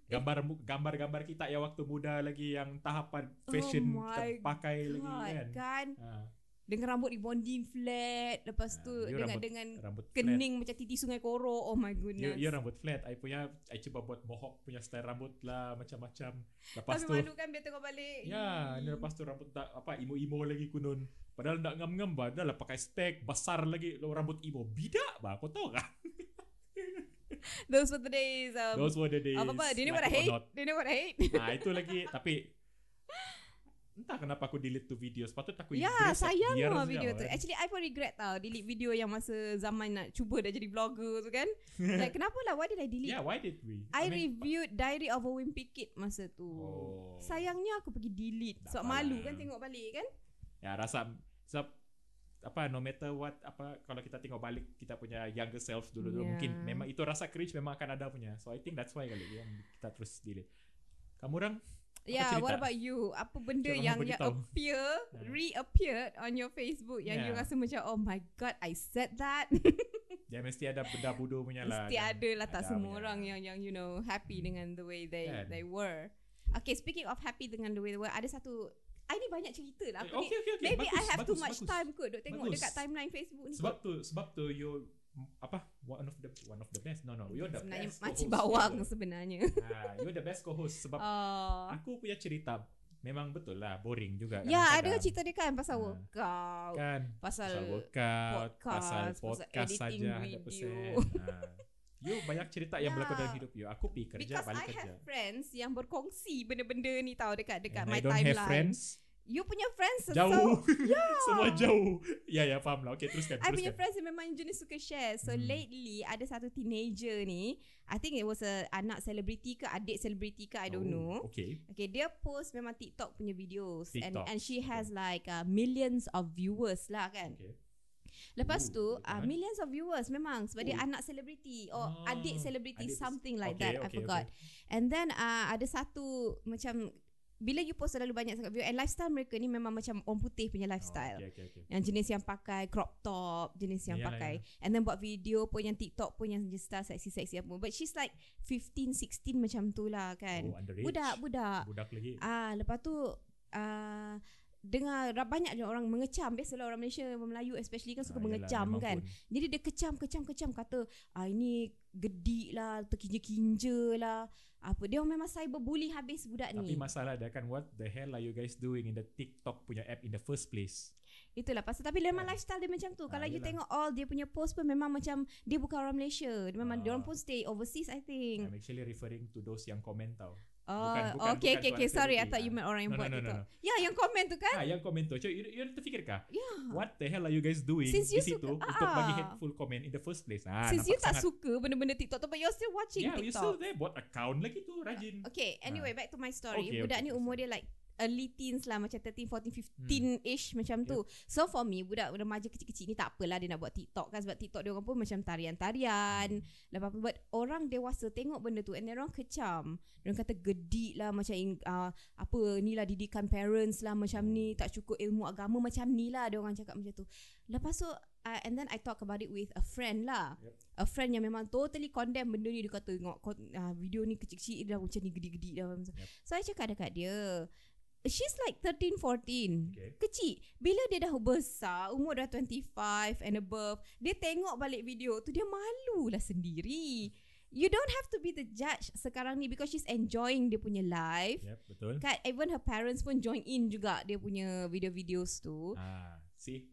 S2: gambar mu- gambar-gambar kita yang waktu muda lagi yang tahapan fashion
S1: Oh my
S2: kita pakai lagi
S1: God,
S2: kan.
S1: kan
S2: Ah,
S1: dengan rambut rebonding flat lepas
S2: Ah,
S1: tu
S2: you
S1: dengan
S2: rambut
S1: dengan
S2: rambut flat.
S1: kening macam titi sungai koro oh my
S2: You,
S1: goodness
S2: you rambut flat. I punya I cuba buat mohawk punya style rambut lah macam-macam. Lepas
S1: tapi
S2: tu
S1: malu kan bila tengok balik
S2: Ya, ni lepas tu rambut tak apa imo-imo lagi kunun. Padahal nak ngam-ngam bah, dah lah pakai stek besar lagi lo rambut imo. Bidak bah, kau tahu kan?
S1: those were the days um,
S2: Those were the days.
S1: apa apa do you know
S2: like
S1: what I
S2: or
S1: hate
S2: not.
S1: do you know what I hate
S2: Nah, itu lagi tapi entah kenapa aku delete tu video. Sepatutnya aku
S1: Ya
S2: erase lah,
S1: sayang
S2: biar
S1: lah
S2: saja,
S1: video tu
S2: kan.
S1: Actually I pun regret tau Delete video yang masa zaman nak cuba dah jadi vlogger tu kan Like kenapa lah why did I delete
S2: Yeah, Ya, why did we?
S1: I,
S2: mean,
S1: reviewed Diary of a Wimpy Kid masa tu
S2: Oh.
S1: Sayangnya aku pergi delete
S2: Tak
S1: Sebab
S2: apalah.
S1: malu kan tengok balik kan
S2: Ya, rasa sebab apa no matter what apa kalau kita tengok balik kita punya younger selves dulu dulu
S1: Ya.
S2: mungkin memang itu rasa cringe memang akan ada punya so I think that's why kali yang kita terus delete kamu orang
S1: Yeah,
S2: cerita?
S1: Ya, what about you? Apa benda
S2: Cik Rahmah
S1: yang yang
S2: beritahu.
S1: appear,
S2: Ha.
S1: reappeared on your Facebook yang you
S2: Yeah.
S1: rasa macam oh my god, I said that.
S2: Dia Ya, mesti ada benda bodoh punya lah.
S1: Mesti
S2: kan?
S1: ada lah tak semua
S2: punya.
S1: orang yang yang you know happy
S2: Hmm.
S1: dengan the way they
S2: Kan?
S1: they were. Okay, speaking of happy dengan the way they were, ada satu I ni banyak cerita lah
S2: Eh,
S1: aku ni.
S2: Okay, okay, okay.
S1: Maybe
S2: bagus,
S1: I have
S2: bagus,
S1: too much
S2: bagus.
S1: time kot duk tengok
S2: Bagus.
S1: dekat timeline Facebook ni.
S2: Sebab tu sebab tu you mm, apa one of the one of the best. No no, you're the
S1: sebenarnya
S2: best. Oh,
S1: makcik
S2: co-host.
S1: bawang sebenarnya.
S2: Ah, you're the best co-host sebab
S1: Oh.
S2: aku punya cerita memang betul lah boring juga.
S1: Ya, ada
S2: kadang-kadang.
S1: cerita dia kan pasal
S2: Ha.
S1: workout,
S2: kan
S1: pasal
S2: pasal workout,
S1: podcast,
S2: pasal
S1: pasal
S2: podcast
S1: editing
S2: saja
S1: video.
S2: 100%. Ah. You banyak cerita yang
S1: Ya.
S2: berlaku dalam hidup you. Aku pergi kerja
S1: Because
S2: balik
S1: I
S2: kerja.
S1: have friends yang berkongsi benda-benda ni tau dekat dekat
S2: And
S1: my lah.
S2: I don't have
S1: timeline.
S2: friends.
S1: You punya friends
S2: Jauh.
S1: So, ya.
S2: Semua jauh. Ya ya faham lah. Okay teruskan.
S1: I punya
S2: teruskan.
S1: friends yang memang jenis suka share. So
S2: Hmm.
S1: lately ada satu teenager ni, I think it was a anak selebriti ke adik selebriti ke I don't
S2: Oh,
S1: know.
S2: Okay.
S1: Okay, dia post memang TikTok punya videos and
S2: TikTok,
S1: and she
S2: okay.
S1: has like uh, millions of viewers lah kan.
S2: Okay.
S1: Lepas
S2: Ooh,
S1: tu
S2: banyak
S1: uh,
S2: kan?
S1: millions of viewers memang sebab dia
S2: Ooh.
S1: anak selebriti or
S2: Ah,
S1: adik selebriti
S2: adik bes-
S1: something like
S2: okay,
S1: that. I
S2: okay,
S1: forgot.
S2: Okay. Oh,
S1: And then uh, ada satu macam bila you post terlalu banyak sangat view and lifestyle mereka ni memang macam orang putih punya
S2: Oh,
S1: lifestyle.
S2: okay, okay, okay.
S1: Yang jenis yang pakai crop top, jenis yang
S2: Yalah,
S1: pakai and then buat video pun yang TikTok pun yang jenis style seksi-seksi apa. But she's like 15, 16 macam tu lah kan.
S2: oh, underage.
S1: Budak-budak.
S2: Budak lagi.
S1: Ah, lepas tu ah dengar ra- banyak je orang mengecam biasalah orang Malaysia orang Melayu especially kan suka
S2: Ah,
S1: mengecam
S2: memang
S1: kan.
S2: pun.
S1: Jadi dia kecam kecam kecam kata ah ini gedik lah, terkinja-kinja lah. Apa dia memang cyberbully habis budak ni.
S2: Tapi masalah dia kan what the hell are you guys doing in the TikTok punya app in the first place?
S1: Itulah pasal tapi dia memang
S2: Ah.
S1: lifestyle dia macam tu.
S2: Ah,
S1: Kalau you
S2: yelah.
S1: tengok all dia punya post pun memang macam dia bukan orang Malaysia. Dia memang dia orang
S2: Ah.
S1: pun stay overseas I think.
S2: I'm actually referring to those yang komen tau.
S1: Oh,
S2: bukan-
S1: okay
S2: bukan- bukan
S1: okay
S2: tu
S1: okay
S2: orang
S1: sorry I
S2: selebriti.
S1: thought you
S2: Ah.
S1: meant orang yang
S2: No, no,
S1: buat
S2: no, no,
S1: TikTok. Ya, yang komen tu kan.
S2: Ah, yang komen tu. Cik, you, you terfikirkah?
S1: Ya.
S2: What the hell are you guys doing
S1: Since you
S2: di situ
S1: suka-
S2: untuk bagi
S1: ah.
S2: hateful comment in the first place? Ah,
S1: Since you
S2: nampak
S1: tak
S2: sangat-
S1: suka benda-benda TikTok tu but you're still watching
S2: Yeah, you
S1: TikTok.
S2: still there buat account lagi tu rajin.
S1: Okay, anyway back to my story.
S2: Okay,
S1: budak ni
S2: okay, okay,
S1: umur dia like early teens lah macam 13, 14, 15-ish
S2: Hmm.
S1: macam tu. So for me budak remaja kecil-kecil ni tak apalah dia nak buat TikTok kan sebab TikTok dia orang pun macam tarian-tarian. Lepas tu but orang dewasa tengok benda tu and dia orang kecam. Dia orang kata gedik lah macam in- ah, apa ni lah didikan parents lah macam ni tak cukup ilmu agama macam ni lah dia orang cakap macam tu. Lepas tu uh, and then I talk about it with a friend lah.
S2: Yep.
S1: A friend yang memang totally condemn benda ni dia kata tengok kau, uh, video ni kecil-kecil dia dah macam ni gede-gede dah.
S2: Yep.
S1: So I cakap dekat dia She's like 13, 14
S2: Okay.
S1: Kecil Bila dia dah besar Umur dah 25 and above Dia tengok balik video tu Dia malu lah sendiri you don't have to be the judge sekarang ni because she's enjoying dia punya life.
S2: Yep, betul.
S1: Kat even her parents pun join in juga dia punya video-videos tu.
S2: Ah, see?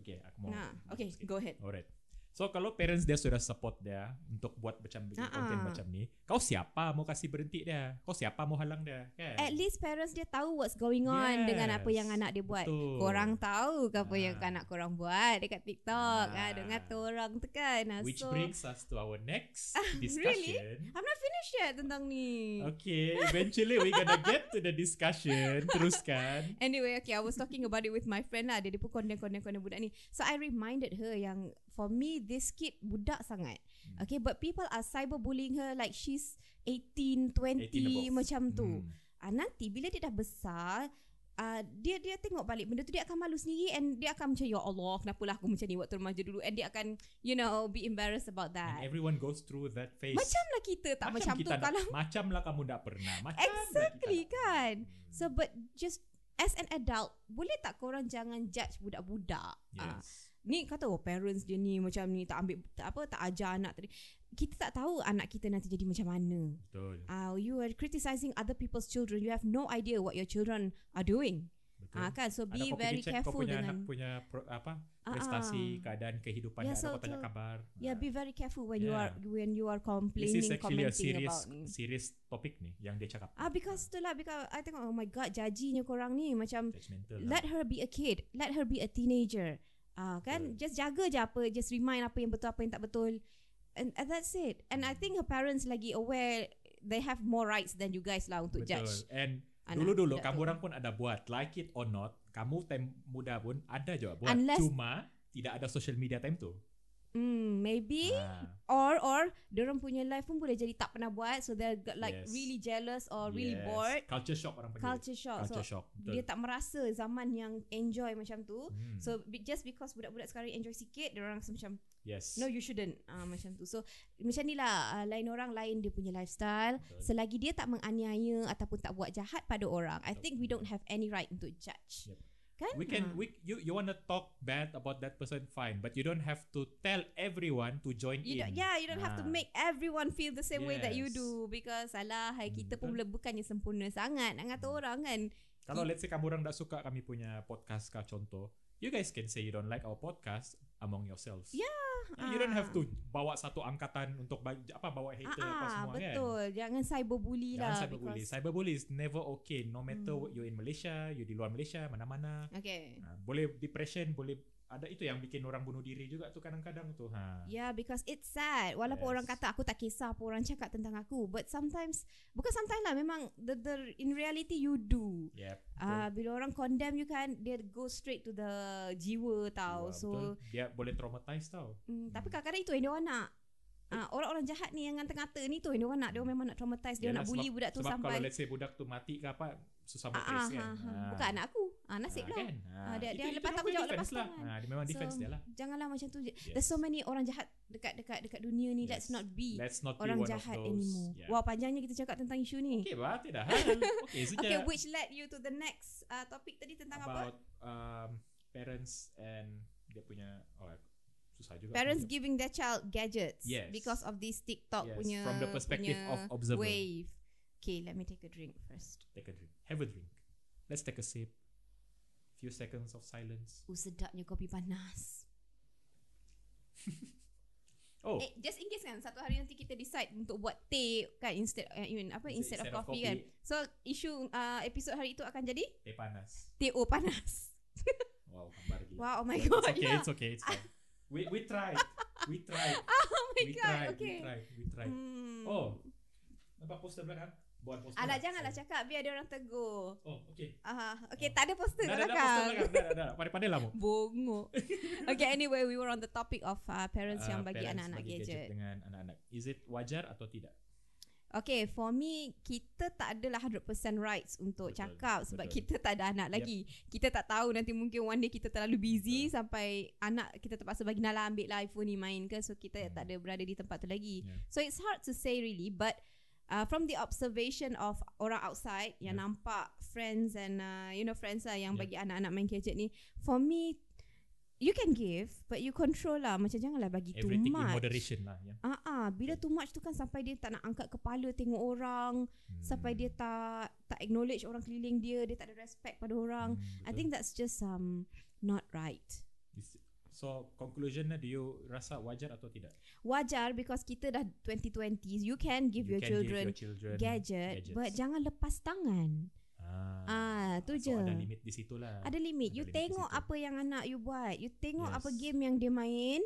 S2: Okay, aku mau.
S1: Nah, okay, go ahead.
S2: Alright. So kalau parents dia sudah support dia untuk buat
S1: Ah,
S2: macam bikin konten
S1: Ah-ah.
S2: macam ni, kau siapa mau kasih berhenti dia? Kau siapa mau halang dia? Kan?
S1: At least parents dia tahu what's going on dengan apa yang
S2: Yes,
S1: anak dia buat.
S2: Betul.
S1: Korang tahu ke apa yang
S2: Ah.
S1: anak korang buat dekat TikTok ah.
S2: Ah.
S1: dengan tu orang tu kan. Ah,
S2: Which
S1: so,
S2: brings us to our next
S1: really?
S2: discussion.
S1: I'm not finished yet tentang ni.
S2: Okay, eventually we gonna get to the discussion. Teruskan.
S1: Anyway, okay, I was talking about it with my friend lah. Dia, dia pun condemn-condemn-condemn budak ni. So, I reminded her yang for me, this kid budak sangat.
S2: Hmm.
S1: Okay, but people are cyberbullying her like she's 18, 20
S2: 18 above.
S1: macam tu.
S2: Hmm.
S1: Ah, nanti bila dia dah besar, Uh, dia dia tengok balik benda tu dia akan malu sendiri and dia akan macam ya Allah kenapalah aku macam ni waktu remaja dulu and dia akan you know be embarrassed about
S2: And
S1: that.
S2: everyone goes through that phase.
S1: Macamlah kita tak macam,
S2: kita
S1: tu
S2: nak-
S1: kalau
S2: macamlah kamu tak pernah. Macamlah kita
S1: Exactly
S2: tak pernah.
S1: kan.
S2: Hmm.
S1: So but just as an adult, boleh tak korang jangan judge budak-budak? Ah,
S2: Hmm, yes.
S1: ni kata oh parents dia ni macam ni tak ambil tak apa tak ajar anak tadi. Kita tak tahu anak kita nanti jadi macam mana.
S2: betul.
S1: Ah, you are criticizing other people's children. You have no idea what your children are doing.
S2: Betul.
S1: Ah kan so be
S2: Ada kau pergi
S1: very
S2: check kau
S1: careful
S2: punya anak
S1: dengan
S2: punya pro, apa
S1: Ah, ah.
S2: prestasi kan? keadaan kehidupan
S1: Ya,
S2: yeah, ada
S1: so
S2: kau tanya
S1: tu-
S2: kabar.
S1: Yeah, be very careful when you are
S2: Yeah.
S1: when you are
S2: This
S1: complaining,
S2: is actually a
S1: commenting
S2: serious
S1: about ni.
S2: serious topic ni yang dia cakap.
S1: Ah, because tu lah, because I tengok, oh my god, jajinya korang ni macam
S2: judgmental. lah.
S1: let her be a kid let her be a teenager ah kan
S2: Betul.
S1: just jaga je apa just remind apa yang betul apa yang tak betul and, and that's it and i think her parents lagi aware they have more rights than you guys lah untuk
S2: Betul.
S1: judge Ah,
S2: And
S1: anak
S2: dulu-dulu
S1: budak
S2: kamu
S1: tu.
S2: orang pun ada buat like it or not, kamu time muda pun ada juga buat.
S1: Unless-
S2: Cuma tidak ada social media time tu.
S1: mm, maybe
S2: Ah,
S1: or or orang punya life pun boleh jadi tak pernah buat so they're got like
S2: Yes.
S1: really jealous or really
S2: yes.
S1: bored
S2: Culture shock orang panggil.
S1: culture shock
S2: Culture
S1: so
S2: shock.
S1: dia tak merasa zaman yang enjoy macam tu
S2: Hmm.
S1: so be- just because budak-budak sekarang enjoy sikit dia orang rasa macam
S2: yes.
S1: No you shouldn't uh, Macam tu So macam ni lah uh, Lain orang lain dia punya lifestyle
S2: Betul.
S1: Selagi dia tak menganiaya Ataupun tak buat jahat pada orang I
S2: Betul.
S1: think we don't have any right Untuk judge
S2: Yep.
S1: Kan
S2: we can
S1: Ah.
S2: we you you want to talk bad about that person fine but you don't have to tell everyone to join
S1: You
S2: in
S1: don't, yeah, you don't have to
S2: Ah.
S1: make everyone feel the same way that you
S2: Yes.
S1: do because alah, hai
S2: Hmm,
S1: kita pun
S2: betul.
S1: boleh bukannya sempurna sangat nak kata
S2: Hmm.
S1: orang kan.
S2: kalau let's say kamu orang tak suka kami punya podcast kah contoh you guys can say you don't like our podcast among yourselves
S1: Yeah,
S2: you don't have
S1: ah.
S2: to bawa satu angkatan untuk ba- apa bawa hater apa
S1: Ah, ah,
S2: semua kan
S1: betul. Jangan cyberbully
S2: Jangan
S1: lah
S2: cyberbully.
S1: because-
S2: Cyberbully is never okay. No matter
S1: Hmm.
S2: what you in Malaysia, you di luar Malaysia, mana-mana.
S1: Okay.
S2: Ah, boleh depression, boleh ada itu yang bikin orang bunuh diri juga tu kadang-kadang tu. Ha.
S1: Yeah, because it's sad. Walaupun yes.
S2: Yes.
S1: orang kata aku tak kisah apa orang cakap tentang aku, but sometimes bukan sometimes lah memang the the in reality you do.
S2: Yep.
S1: Ah uh, bila orang condemn you kan, dia go straight to the jiwa tau.
S2: Wah,
S1: so
S2: betul. Hmm. dia boleh traumatize tau.
S1: mm, tapi kadang-kadang itu yang dia orang nak. Ah orang-orang jahat ni yang ngata-ngata ni tu yang dia orang nak. Dia orang memang nak traumatize, dia orang nak
S2: Yalah,
S1: bully budak tu
S2: Sebab kalau
S1: sampai
S2: let's say budak tu mati ke apa susah
S1: ah
S2: buat
S1: ah
S2: case kan.
S1: ha, ha.
S2: Ah.
S1: bukan anak aku. Ah nasib
S2: Ah,
S1: lah.
S2: Kan?
S1: Ah, dia-
S2: Itu-
S1: dia lepas
S2: itu dia
S1: tanggung
S2: punya
S1: jawab,
S2: defense
S1: lepas
S2: lah.
S1: tangan.
S2: Ah, dia memang defense
S1: So,
S2: dia lah.
S1: Janganlah macam tu. je.
S2: Yes.
S1: There's so many orang jahat dekat dekat dekat dunia ni.
S2: Yes.
S1: Let's not be
S2: Let's not
S1: orang
S2: be one
S1: jahat
S2: of those.
S1: anymore.
S2: Yeah.
S1: Wah panjangnya kita cakap tentang isu ni.
S2: Okay, bah, tidak hal. Okay, sejak
S1: Okay, which led you to the next uh, topic tadi tentang apa?
S2: about um, parents and dia punya oh, susah juga.
S1: Parents giving their child gadgets
S2: Yes.
S1: because of this TikTok
S2: Yes,
S1: punya
S2: from the perspective
S1: punya
S2: of observer.
S1: wave. Okay, let me take a drink first.
S2: Take a drink. Have a drink. Let's take a sip. Few seconds of silence.
S1: Oh, sedapnya kopi panas.
S2: Oh,
S1: Eh, just in case kan, satu hari nanti kita decide untuk buat teh kan instead uh, I mean, apa instead, of, coffee, kan. So, isu uh, episode hari itu akan jadi
S2: Teh eh, panas.
S1: teh oh panas.
S2: Wow, gambar gila.
S1: Wow, oh my
S2: It's
S1: god.
S2: okay,
S1: yeah.
S2: it's okay, it's fine. we we tried. We tried.
S1: Oh my
S2: we
S1: god.
S2: tried,
S1: okay.
S2: we tried, we tried.
S1: Hmm.
S2: Oh. Nampak poster belakang? Buat poster.
S1: Alah
S2: lah.
S1: janganlah cakap biar dia orang tegur.
S2: Oh, okey.
S1: Ah, okay, tak ada poster
S2: Dah
S1: kat
S2: dah dah Oh. poster
S1: belakang.
S2: belakang. Dah dah dah. Pandai-pandai lah mu.
S1: Bongok. okay, anyway, we were on the topic of uh, parents
S2: Ah,
S1: yang bagi
S2: parents
S1: anak-anak
S2: bagi
S1: gadget.
S2: dengan anak-anak. Is it wajar atau tidak?
S1: Okay, for me, kita tak adalah 100% rights untuk
S2: Betul,
S1: cakap sebab
S2: betul.
S1: kita tak ada anak
S2: Yep.
S1: lagi. Kita tak tahu nanti mungkin one day kita terlalu busy sampai anak kita terpaksa bagi Nala ambil lah iPhone ni main ke. So, kita
S2: Hmm.
S1: tak ada berada di tempat tu lagi.
S2: Yeah.
S1: So, it's hard to say really but Uh, from the observation of orang outside yang
S2: Yep.
S1: nampak friends and uh, you know friends lah yang
S2: Yep.
S1: bagi anak-anak main gadget ni for me you can give but you control lah macam janganlah bagi too
S2: Everything in
S1: much.
S2: moderation lah. Ya.
S1: Ah ah, bila too much tu kan sampai dia tak nak angkat kepala tengok orang,
S2: Hmm.
S1: sampai dia tak tak acknowledge orang keliling dia, dia tak ada respect pada orang.
S2: Hmm,
S1: I
S2: betul.
S1: think that's just um not right.
S2: Is- So conclusionnya do you rasa wajar atau tidak?
S1: Wajar because kita dah 2020s, you can give
S2: you
S1: your
S2: can
S1: children
S2: give your children
S1: gadget
S2: gadgets.
S1: but jangan lepas tangan.
S2: Ah,
S1: Ah, tu
S2: so
S1: je.
S2: Ada limit di situ lah.
S1: Ada limit.
S2: ada
S1: You
S2: limit
S1: tengok
S2: situ.
S1: apa yang anak you buat. You tengok apa
S2: Yes.
S1: game yang dia main.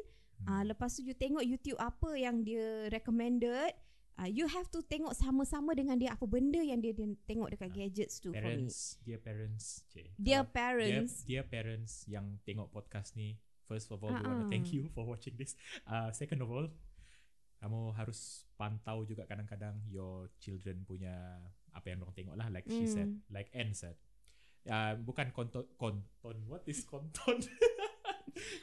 S2: Hmm.
S1: Ah lepas tu you tengok YouTube apa yang dia recommended. Ah you have to tengok sama-sama dengan dia apa benda yang dia, dia tengok dekat
S2: Ah,
S1: gadgets tu for me.
S2: parents, dear parents, cik,
S1: Dear
S2: kalau-
S1: parents.
S2: dear, dear parents yang tengok podcast ni, first of all, we want to
S1: Ah-ah.
S2: thank you for watching this. Uh, second of all, kamu harus pantau juga kadang-kadang your children punya apa yang orang tengok lah, like
S1: Mm.
S2: she said, like Anne said. Uh, bukan konton, konton, what is konton?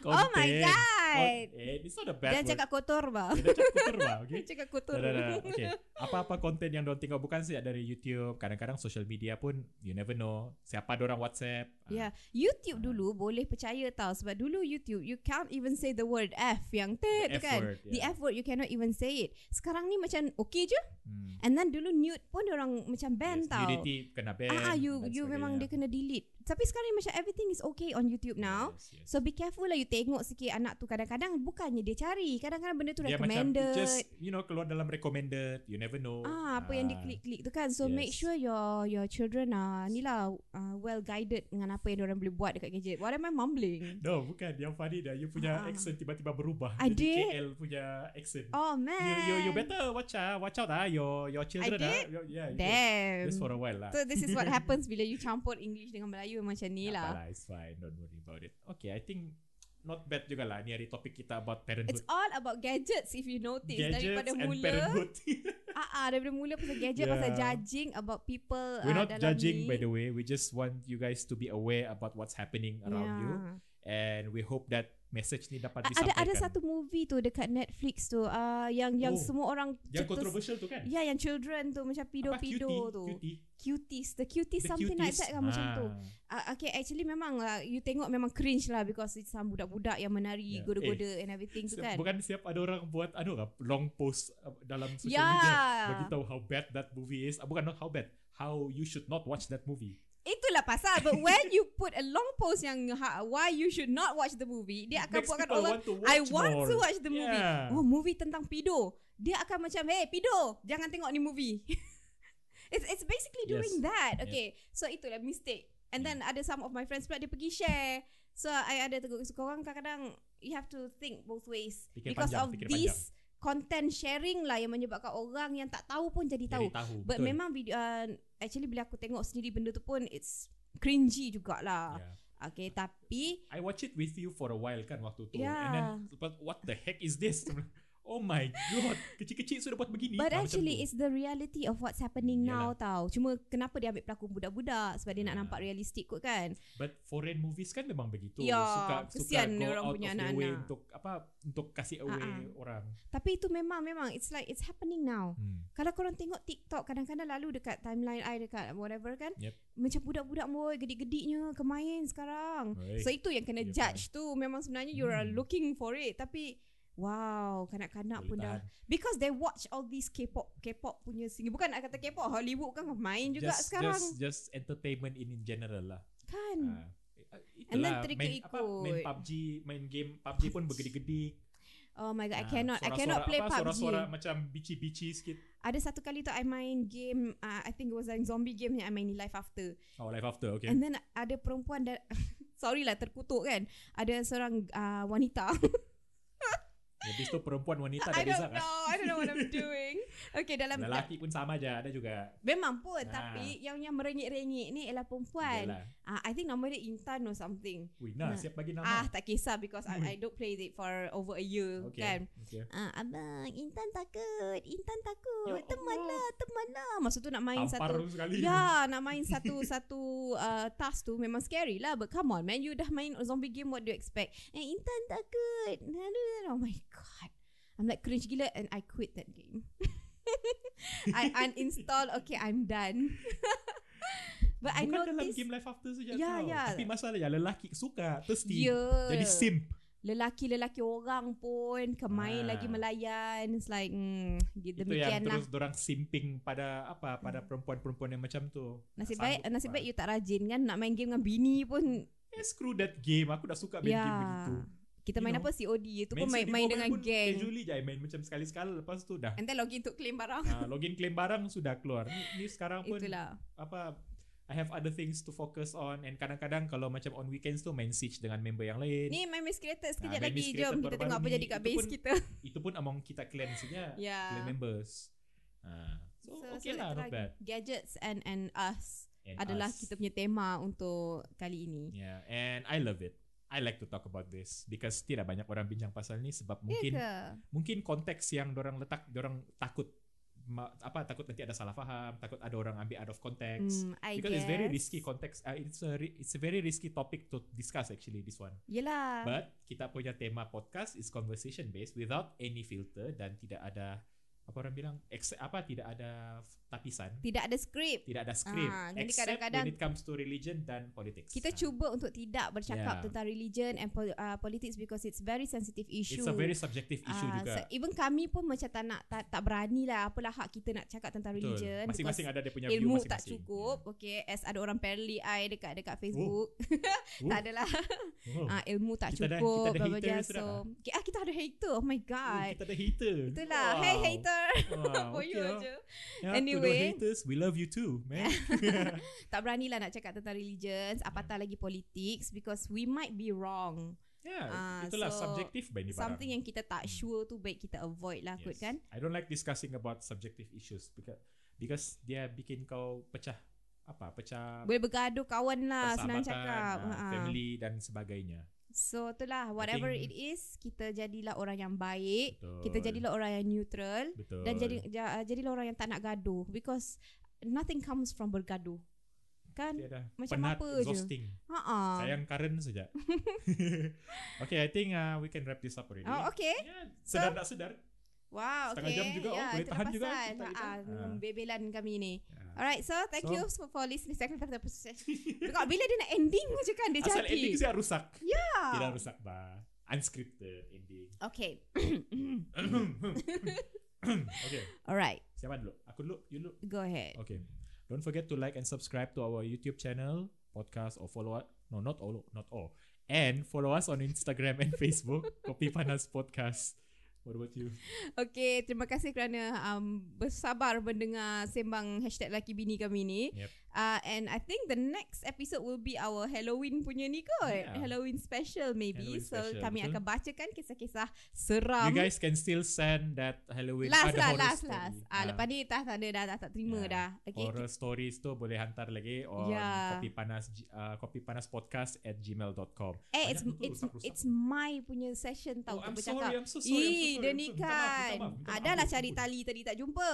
S1: Oh my
S2: Konten.
S1: god.
S2: Content. It's not a bad
S1: Dia
S2: word.
S1: cakap kotor ba.
S2: Dia cakap kotor lah, okay?
S1: Dia cakap kotor.
S2: Dah, dah, dah. Okay. Apa-apa konten yang diorang tengok bukan saja dari YouTube, kadang-kadang social media pun you never know siapa diorang WhatsApp.
S1: Ya, yeah. YouTube
S2: Ah.
S1: dulu boleh percaya tau sebab dulu YouTube you can't even say the word F yang tet tu
S2: The F
S1: kan.
S2: word,
S1: The
S2: yeah.
S1: F word you cannot even say it. Sekarang ni macam okay je.
S2: Hmm.
S1: And then dulu nude pun orang macam ban
S2: Yes,
S1: tau.
S2: nudity kena ban.
S1: Ah, ah, you
S2: dan
S1: you memang dia kena
S2: sebagainya.
S1: delete. Tapi sekarang ni macam everything is okay on YouTube now.
S2: Yes, yes.
S1: So be careful lah you tengok sikit anak tu kadang-kadang bukannya dia cari. Kadang-kadang benda tu
S2: dia
S1: recommended.
S2: macam just you know keluar dalam recommended, you never know.
S1: ah apa yang diklik-klik tu kan. So make
S2: Oh, Yes.
S1: sure your your children are ni lah uh, well guided dengan apa yang orang boleh buat dekat gadget. What am I mumbling?
S2: No, bukan. Yang funny dah, you punya
S1: Ah.
S2: accent tiba-tiba berubah.
S1: I
S2: jadi
S1: did.
S2: KL punya accent.
S1: Oh man.
S2: You, you, you better watch ah, watch out ah, your your children ah.
S1: did?
S2: Your- Yeah, you did.
S1: Damn.
S2: Just for a while lah.
S1: So this is what happens bila you campur English dengan Melayu macam ni
S2: Tak
S1: lah.
S2: apalah, it's fine. Don't worry about it. Okay, I think not bad juga lah ni hari topik kita about
S1: It's
S2: parenthood.
S1: all about gadgets if you notice daripada
S2: and
S1: mula.
S2: parenthood.
S1: Ah, ah daripada mula pasal gadget yeah.
S2: Yeah.
S1: pasal judging about people
S2: We're
S1: ah,
S2: not
S1: dalam ni.
S2: judging by the way. We just want you guys to be aware about what's happening around you and we hope that message ni dapat
S1: Ada
S2: disampaikan.
S1: ada satu movie tu dekat Netflix tu ah yang yang
S2: Oh,
S1: semua orang
S2: yang
S1: cipta-
S2: controversial tu kan?
S1: Ya yang children tu macam
S2: Apa,
S1: pido-pido
S2: cutie?
S1: tu.
S2: Cutie?
S1: Cuties, the cuties
S2: The
S1: something like
S2: cuties.
S1: that kan macam tu.
S2: Ah.
S1: Uh, okay actually memang lah you tengok memang cringe lah because it's some budak-budak yang menari
S2: Yeah.
S1: goda-goda and everything tu
S2: Se-
S1: kan.
S2: Bukan siap ada orang buat anu lah, long post uh, dalam social
S1: Ya.
S2: media bagi tahu how bad that movie is. Ah, bukan not how bad, how you should not watch that movie.
S1: Itulah pasal but when you put a long post yang ha, why you should not watch the movie dia akan
S2: Makes
S1: buatkan
S2: people
S1: orang
S2: want to
S1: I
S2: watch
S1: want
S2: more.
S1: to watch the movie.
S2: Yeah.
S1: Oh, movie tentang pedo. Dia akan macam, "Hey, pedo, jangan tengok ni movie." it's it's basically doing
S2: Yes.
S1: that.
S2: Yes.
S1: Okay. So itulah mistake. And
S2: Yeah.
S1: then ada some of my friends pula dia pergi share. So I ada tegur so, korang kadang-kadang you have to think both ways
S2: Fikir
S1: because
S2: panjang,
S1: of
S2: fikir
S1: this content sharing lah yang menyebabkan orang yang tak tahu pun jadi tahu.
S2: Jadi tahu.
S1: But
S2: betul.
S1: memang video uh, actually bila aku tengok sendiri benda tu pun it's cringy jugalah.
S2: Yeah.
S1: Okay, tapi
S2: I watch it with you for a while kan waktu tu. And
S1: Yeah.
S2: then but what the heck is this? oh my god, kecil-kecil sudah buat begini.
S1: But
S2: Ah, macam
S1: actually
S2: tu.
S1: it's the reality of what's happening now
S2: Yalah.
S1: tau. Cuma kenapa dia ambil pelakon budak-budak sebab dia nak
S2: Ah.
S1: nampak realistik kot kan.
S2: but foreign movies kan memang begitu.
S1: Ya,
S2: suka suka
S1: kesian
S2: go
S1: dia orang
S2: out
S1: punya
S2: of their way
S1: anak-anak. Ah,
S2: untuk apa untuk kasih away
S1: Ah-ah.
S2: orang.
S1: Tapi itu memang memang it's like it's happening now.
S2: Hmm.
S1: Kalau korang tengok TikTok kadang-kadang lalu dekat timeline I dekat whatever kan.
S2: Yep.
S1: Macam budak-budak boy gedik-gediknya kemain sekarang.
S2: Baik.
S1: So itu yang kena
S2: Dia
S1: judge tu memang sebenarnya you are
S2: Eh, Hmm.
S1: looking for it tapi Wow, kanak-kanak
S2: Boleh
S1: pun dah
S2: tahan.
S1: because they watch all these K-pop K-pop punya single. Bukan nak kata K-pop, Hollywood kan main juga
S2: just,
S1: sekarang.
S2: Just, just entertainment in, in general lah.
S1: kan.
S2: Ah,
S1: And then
S2: itulah, main, apa, main
S1: terikut-ikut.
S2: PUBG, main game PUBG pun bergedik-gedik.
S1: Oh my god, I
S2: Ah,
S1: cannot. I
S2: sorak-sorak
S1: cannot play
S2: apa,
S1: PUBG.
S2: Suara-suara macam bici-bici sikit.
S1: Ada satu kali tu I main game, uh, I think it was a zombie game yang I main ni life after.
S2: Oh, life after, okay.
S1: And then ada perempuan dah sorry lah terkutuk kan. Ada seorang uh, wanita.
S2: Habis tu perempuan wanita dah
S1: I
S2: bisa
S1: don't
S2: kan.
S1: know. I don't know what I'm doing. Okay, dalam
S2: Lelaki pun sama aja, ada juga.
S1: memang pun
S2: Ah.
S1: tapi yang yang merengek-rengek ni ialah perempuan.
S2: Yalah.
S1: Uh, I think nama dia Intan or something.
S2: Wih,
S1: Nah.
S2: nah, lah. siap bagi nama.
S1: Ah, tak kisah because I, I don't play it for over a year
S2: Hmm. okay.
S1: kan.
S2: Okay.
S1: Ah, abang, Intan takut. Intan takut. lah,
S2: Ya Allah.
S1: temanlah, temanlah. Masa tu nak main
S2: Tampar
S1: satu
S2: lu sekali.
S1: Ya, nak main satu satu uh, task tu memang scary lah. But come on, man, you dah main zombie game, what do you expect? Eh, Intan takut. Aduh, Oh my god. I'm like cringe gila and I quit that game. I uninstall. Okay, I'm done. But I
S2: Bukan dalam
S1: notice
S2: game life after saja
S1: Ya,
S2: tau.
S1: ya.
S2: Tapi masalahnya lelaki suka thirsty.
S1: Ya.
S2: Jadi simp.
S1: Lelaki-lelaki orang pun kemain
S2: Ah.
S1: lagi melayan. It's like hmm, gitu
S2: Itu yang
S1: demikian lah. Hmm.
S2: terus dorang simping pada apa pada perempuan-perempuan yang macam tu.
S1: Nasib
S2: Tak
S1: baik
S2: sanggup
S1: nasib
S2: lah.
S1: baik you tak rajin kan nak main game dengan bini pun.
S2: Eh screw that game. Aku dah suka main
S1: Ya.
S2: game begitu.
S1: Kita
S2: You
S1: main
S2: know,
S1: apa COD itu pun main,
S2: Main
S1: main
S2: Sweet Mobile
S1: dengan
S2: pun
S1: geng.
S2: Casually je I main macam sekali-sekali lepas tu dah.
S1: And then login untuk claim barang.
S2: Ah, login claim barang sudah keluar. Ni, ni sekarang pun
S1: Itulah.
S2: apa I have other things to focus on and kadang-kadang kalau macam on weekends tu main siege dengan member yang lain.
S1: Ni main Miss Creator sekejap
S2: Ah, main
S1: lagi
S2: Miss Creator
S1: jom kita
S2: baru-baru
S1: tengok apa
S2: ni.
S1: jadi kat
S2: Itu
S1: base
S2: pun-
S1: kita.
S2: Itu pun among kita clan saja. Clan
S1: Ya.
S2: members. Ah, so, okay
S1: so
S2: lah
S1: itulah
S2: not bad.
S1: Gadgets and and us
S2: And
S1: adalah
S2: us.
S1: kita punya tema untuk kali ini.
S2: Yeah, and I love it. I like to talk about this because tidak banyak orang bincang pasal ni sebab mungkin
S1: Ya ke?
S2: mungkin konteks yang orang letak orang takut ma- apa takut nanti ada salah faham, takut ada orang ambil out of context.
S1: Hmm, I
S2: Because it's very
S1: guess.
S2: risky context. Uh, it's a ri- it's a very risky topic to discuss actually this one.
S1: Yelah.
S2: But kita punya tema podcast is conversation based without any filter dan tidak ada apa orang bilang ex- apa tidak ada f- tapisan,
S1: tidak ada skrip.
S2: tidak ada script.
S1: Ah, jadi
S2: except
S1: kadang-kadang-
S2: when it comes to religion dan politics.
S1: Kita
S2: Ah.
S1: cuba untuk tidak bercakap
S2: Yeah.
S1: tentang religion and pol- uh, politics because it's very sensitive issue.
S2: Ya. It's a very subjective issue
S1: Ah,
S2: juga.
S1: so even kami pun macam tak nak tak, tak berani lah apalah hak kita nak cakap tentang
S2: Betul.
S1: religion
S2: Masing-masing
S1: because
S2: ada dia punya view
S1: ilmu
S2: masing-masing.
S1: tak cukup okay as ada orang parli I dekat dekat Facebook
S2: Ya. Oh.
S1: tak adalah
S2: Oh.
S1: ah ilmu tak
S2: Kita dah-
S1: cukup
S2: kita dah
S1: bla bla
S2: hater
S1: bla.
S2: sudah.
S1: so okay, ah kita ada hater oh my
S2: Oh,
S1: god
S2: kita Ah, ada hater.
S1: itulah hey hater
S2: Wow,
S1: for you
S2: okay lah.
S1: aja
S2: Yeah,
S1: Anyway.
S2: anyway. haters, we love you too, man.
S1: tak berani lah nak cakap tentang religions
S2: Ya.
S1: apatah lagi politics because we might be wrong
S2: yeah,
S1: Ah,
S2: itulah
S1: so,
S2: subjective by ni barang. Hmm.
S1: something yang kita tak sure tu baik kita avoid lah kot
S2: Yes.
S1: kan
S2: I don't like discussing about subjective issues because because dia bikin kau pecah apa pecah
S1: boleh bergaduh kawan lah senang
S2: persahabatan,
S1: cakap
S2: ah,
S1: Ha-ha.
S2: family dan sebagainya
S1: so itulah whatever
S2: think-
S1: it is kita jadilah orang yang baik
S2: betul
S1: kita jadilah orang yang neutral
S2: betul
S1: dan jadi ja, jadilah orang yang tak nak gaduh because nothing comes from bergaduh kan
S2: Dia dah
S1: macam
S2: penat
S1: apa je.
S2: exhausting
S1: ha ah
S2: sayang current saja okay I think uh, we can wrap this up already
S1: oh okay
S2: Yeah, sedar tak sedar.
S1: wow
S2: Setengah
S1: okay
S2: jam juga, oh,
S1: ya
S2: boleh
S1: itulah
S2: tahan juga
S1: pasal
S2: kita
S1: ha
S2: kita. Ah.
S1: bebelan kami ni
S2: Yeah.
S1: Alright, so thank
S2: Ah. So-
S1: you for, for listening. Saya kata Tengok bila dia nak ending je kan dia
S2: Asal
S1: jadi.
S2: ending saya rusak.
S1: Ah.
S2: Tidak rusak bah. Unscripted ending.
S1: Okay.
S2: okay,
S1: Alright,
S2: siapa dulu? Aku dulu, you dulu.
S1: go ahead.
S2: Okay. Don't forget to like and subscribe to our YouTube channel, podcast or follow us. No, not all, not all. And follow us on Instagram and Facebook, Kopi Panas Podcast. What about you?
S1: Okay, terima kasih kerana um, bersabar mendengar sembang hashtag laki bini kami ni.
S2: Yep.
S1: Uh, and I think the next episode will be our Halloween punya ni kot.
S2: Yeah.
S1: Halloween special maybe.
S2: Halloween
S1: so
S2: special,
S1: kami
S2: betul.
S1: akan bacakan kisah-kisah seram.
S2: you guys can still send that Halloween
S1: Um, last
S2: ada
S1: lah,
S2: horror
S1: last,
S2: story.
S1: last. Ah,
S2: Ah.
S1: lepas ni tak tak ada dah, dah tak terima
S2: Yeah.
S1: dah. Okay. Eh,
S2: horror stories tu boleh hantar lagi on
S1: Yeah.
S2: kopi panas uh, kopi panas podcast at gmail.com.
S1: Eh, it's,
S2: Banyak betul
S1: it's,
S2: rusak-rusak.
S1: it's my punya session tau.
S2: Oh, I'm
S1: untuk
S2: sorry,
S1: bercakap.
S2: I'm so sorry. lah,
S1: Ih,
S2: I'm so sorry.
S1: dia
S2: I'm
S1: ni
S2: so- minta maaf, minta maaf,
S1: kan.
S2: minta maaf, Eh.
S1: Adalah
S2: ampun,
S1: cari
S2: ampun.
S1: tali tadi tak jumpa.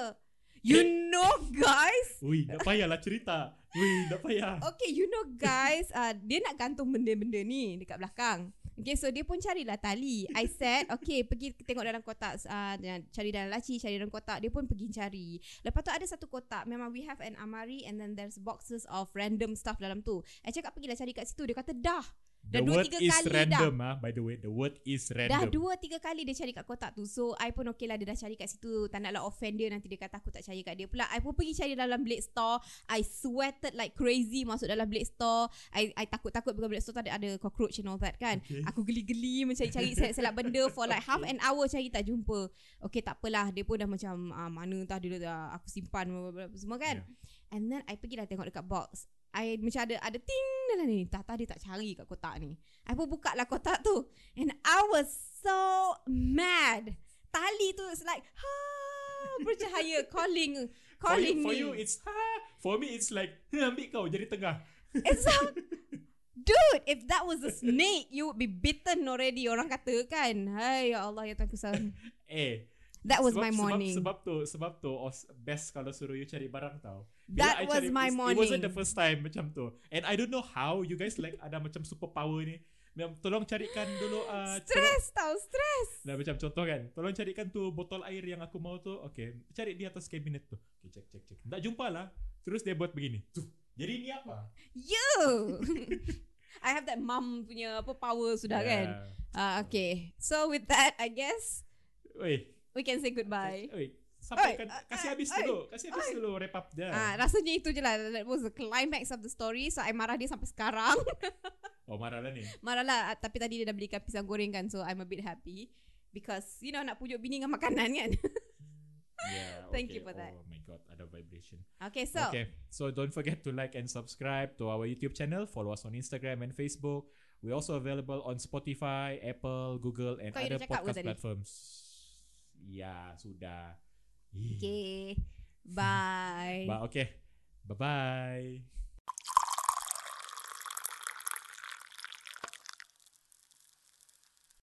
S1: You know guys.
S2: Ui, tak payahlah cerita. Ui, tak payah.
S1: Okay, you know guys. Uh, dia nak gantung benda-benda ni dekat belakang. Okay, so dia pun carilah tali. I said, okay, pergi tengok dalam kotak. Uh, dan cari dalam laci, cari dalam kotak. Dia pun pergi cari. Lepas tu ada satu kotak. Memang we have an amari and then there's boxes of random stuff dalam tu. I cakap, pergilah cari kat situ. Dia kata, dah.
S2: The
S1: Dah dua,
S2: word
S1: tiga
S2: is
S1: kali dah.
S2: random ah, by the way. The word is
S1: Dah
S2: random.
S1: dua tiga kali dia cari kat kotak tu So I pun okay lah dia dah cari kat situ Tak naklah offend dia nanti dia kata aku tak cari kat dia pula I pun pergi cari dalam Blade Store I sweated like crazy masuk dalam Blade Store I, I takut-takut because Blade Store tu ada, ada cockroach and all that kan
S2: Okay.
S1: Aku geli-geli mencari-cari selap-selap benda For like half an hour cari tak jumpa Okay tak apalah dia pun dah macam ah, Mana entah dia dah aku simpan bla, bla, bla, semua kan yeah. And then I pergilah tengok dekat box I macam ada ada ting dalam lah ni Tata dia tak cari kat kotak ni I pun buka lah kotak tu And I was so mad. Tali tu is like ha bercahaya calling
S2: For you,
S1: calling
S2: for
S1: me.
S2: you it's ha. For me it's like "Huh, ambil kau jadi tengah.
S1: It's so Dude, if that was a snake, you would be bitten already. Orang kata kan. Hai, ya Allah, ya Tuhan kusah.
S2: Eh.
S1: That was
S2: sebab,
S1: my morning.
S2: Sebab, sebab tu sebab tu os- best kalau suruh you cari barang tau.
S1: That
S2: I
S1: was my
S2: it-
S1: morning.
S2: It wasn't the first time macam tu. And I don't know how you guys like ada macam superpower ni. Mem- Tolong carikan dulu uh,
S1: Stress tau, stress.
S2: Nah, macam contoh kan. Tolong carikan tu botol air yang aku mau tu. Okay. Cari di atas kabinet tu. Okay, cek, cek, cek. Tak jumpa lah. Terus dia buat begini. Tuh. Jadi ni apa?
S1: You I have that mum punya apa power
S2: Ya.
S1: sudah kan uh, Okay So with that I guess
S2: Wait.
S1: We can say goodbye
S2: Wait. Sampaikan
S1: Oi, ah,
S2: kan- kasih
S1: ah,
S2: habis
S1: oi,
S2: dulu. Kasih habis
S1: oi.
S2: dulu wrap up dia.
S1: Ah, rasanya itu je lah That was the climax of the story So I marah dia sampai sekarang
S2: Oh marah lah ni.
S1: Marah lah ah, Tapi tadi dia dah belikan pisang goreng kan So I'm a bit happy Because you know nak pujuk bini dengan makanan kan
S2: Yeah,
S1: Thank you
S2: okay.
S1: for that.
S2: Oh my god, ada vibration.
S1: Okay so okay.
S2: okay, so don't forget to like and subscribe to our YouTube channel. Follow us on Instagram and Facebook. We're also available on Spotify, Apple, Google, and
S1: Kau you
S2: other
S1: dah cakap ke
S2: podcast
S1: tadi?
S2: platforms. Ya, sudah.
S1: Okay Bye
S2: Ba- okay. Bye-bye.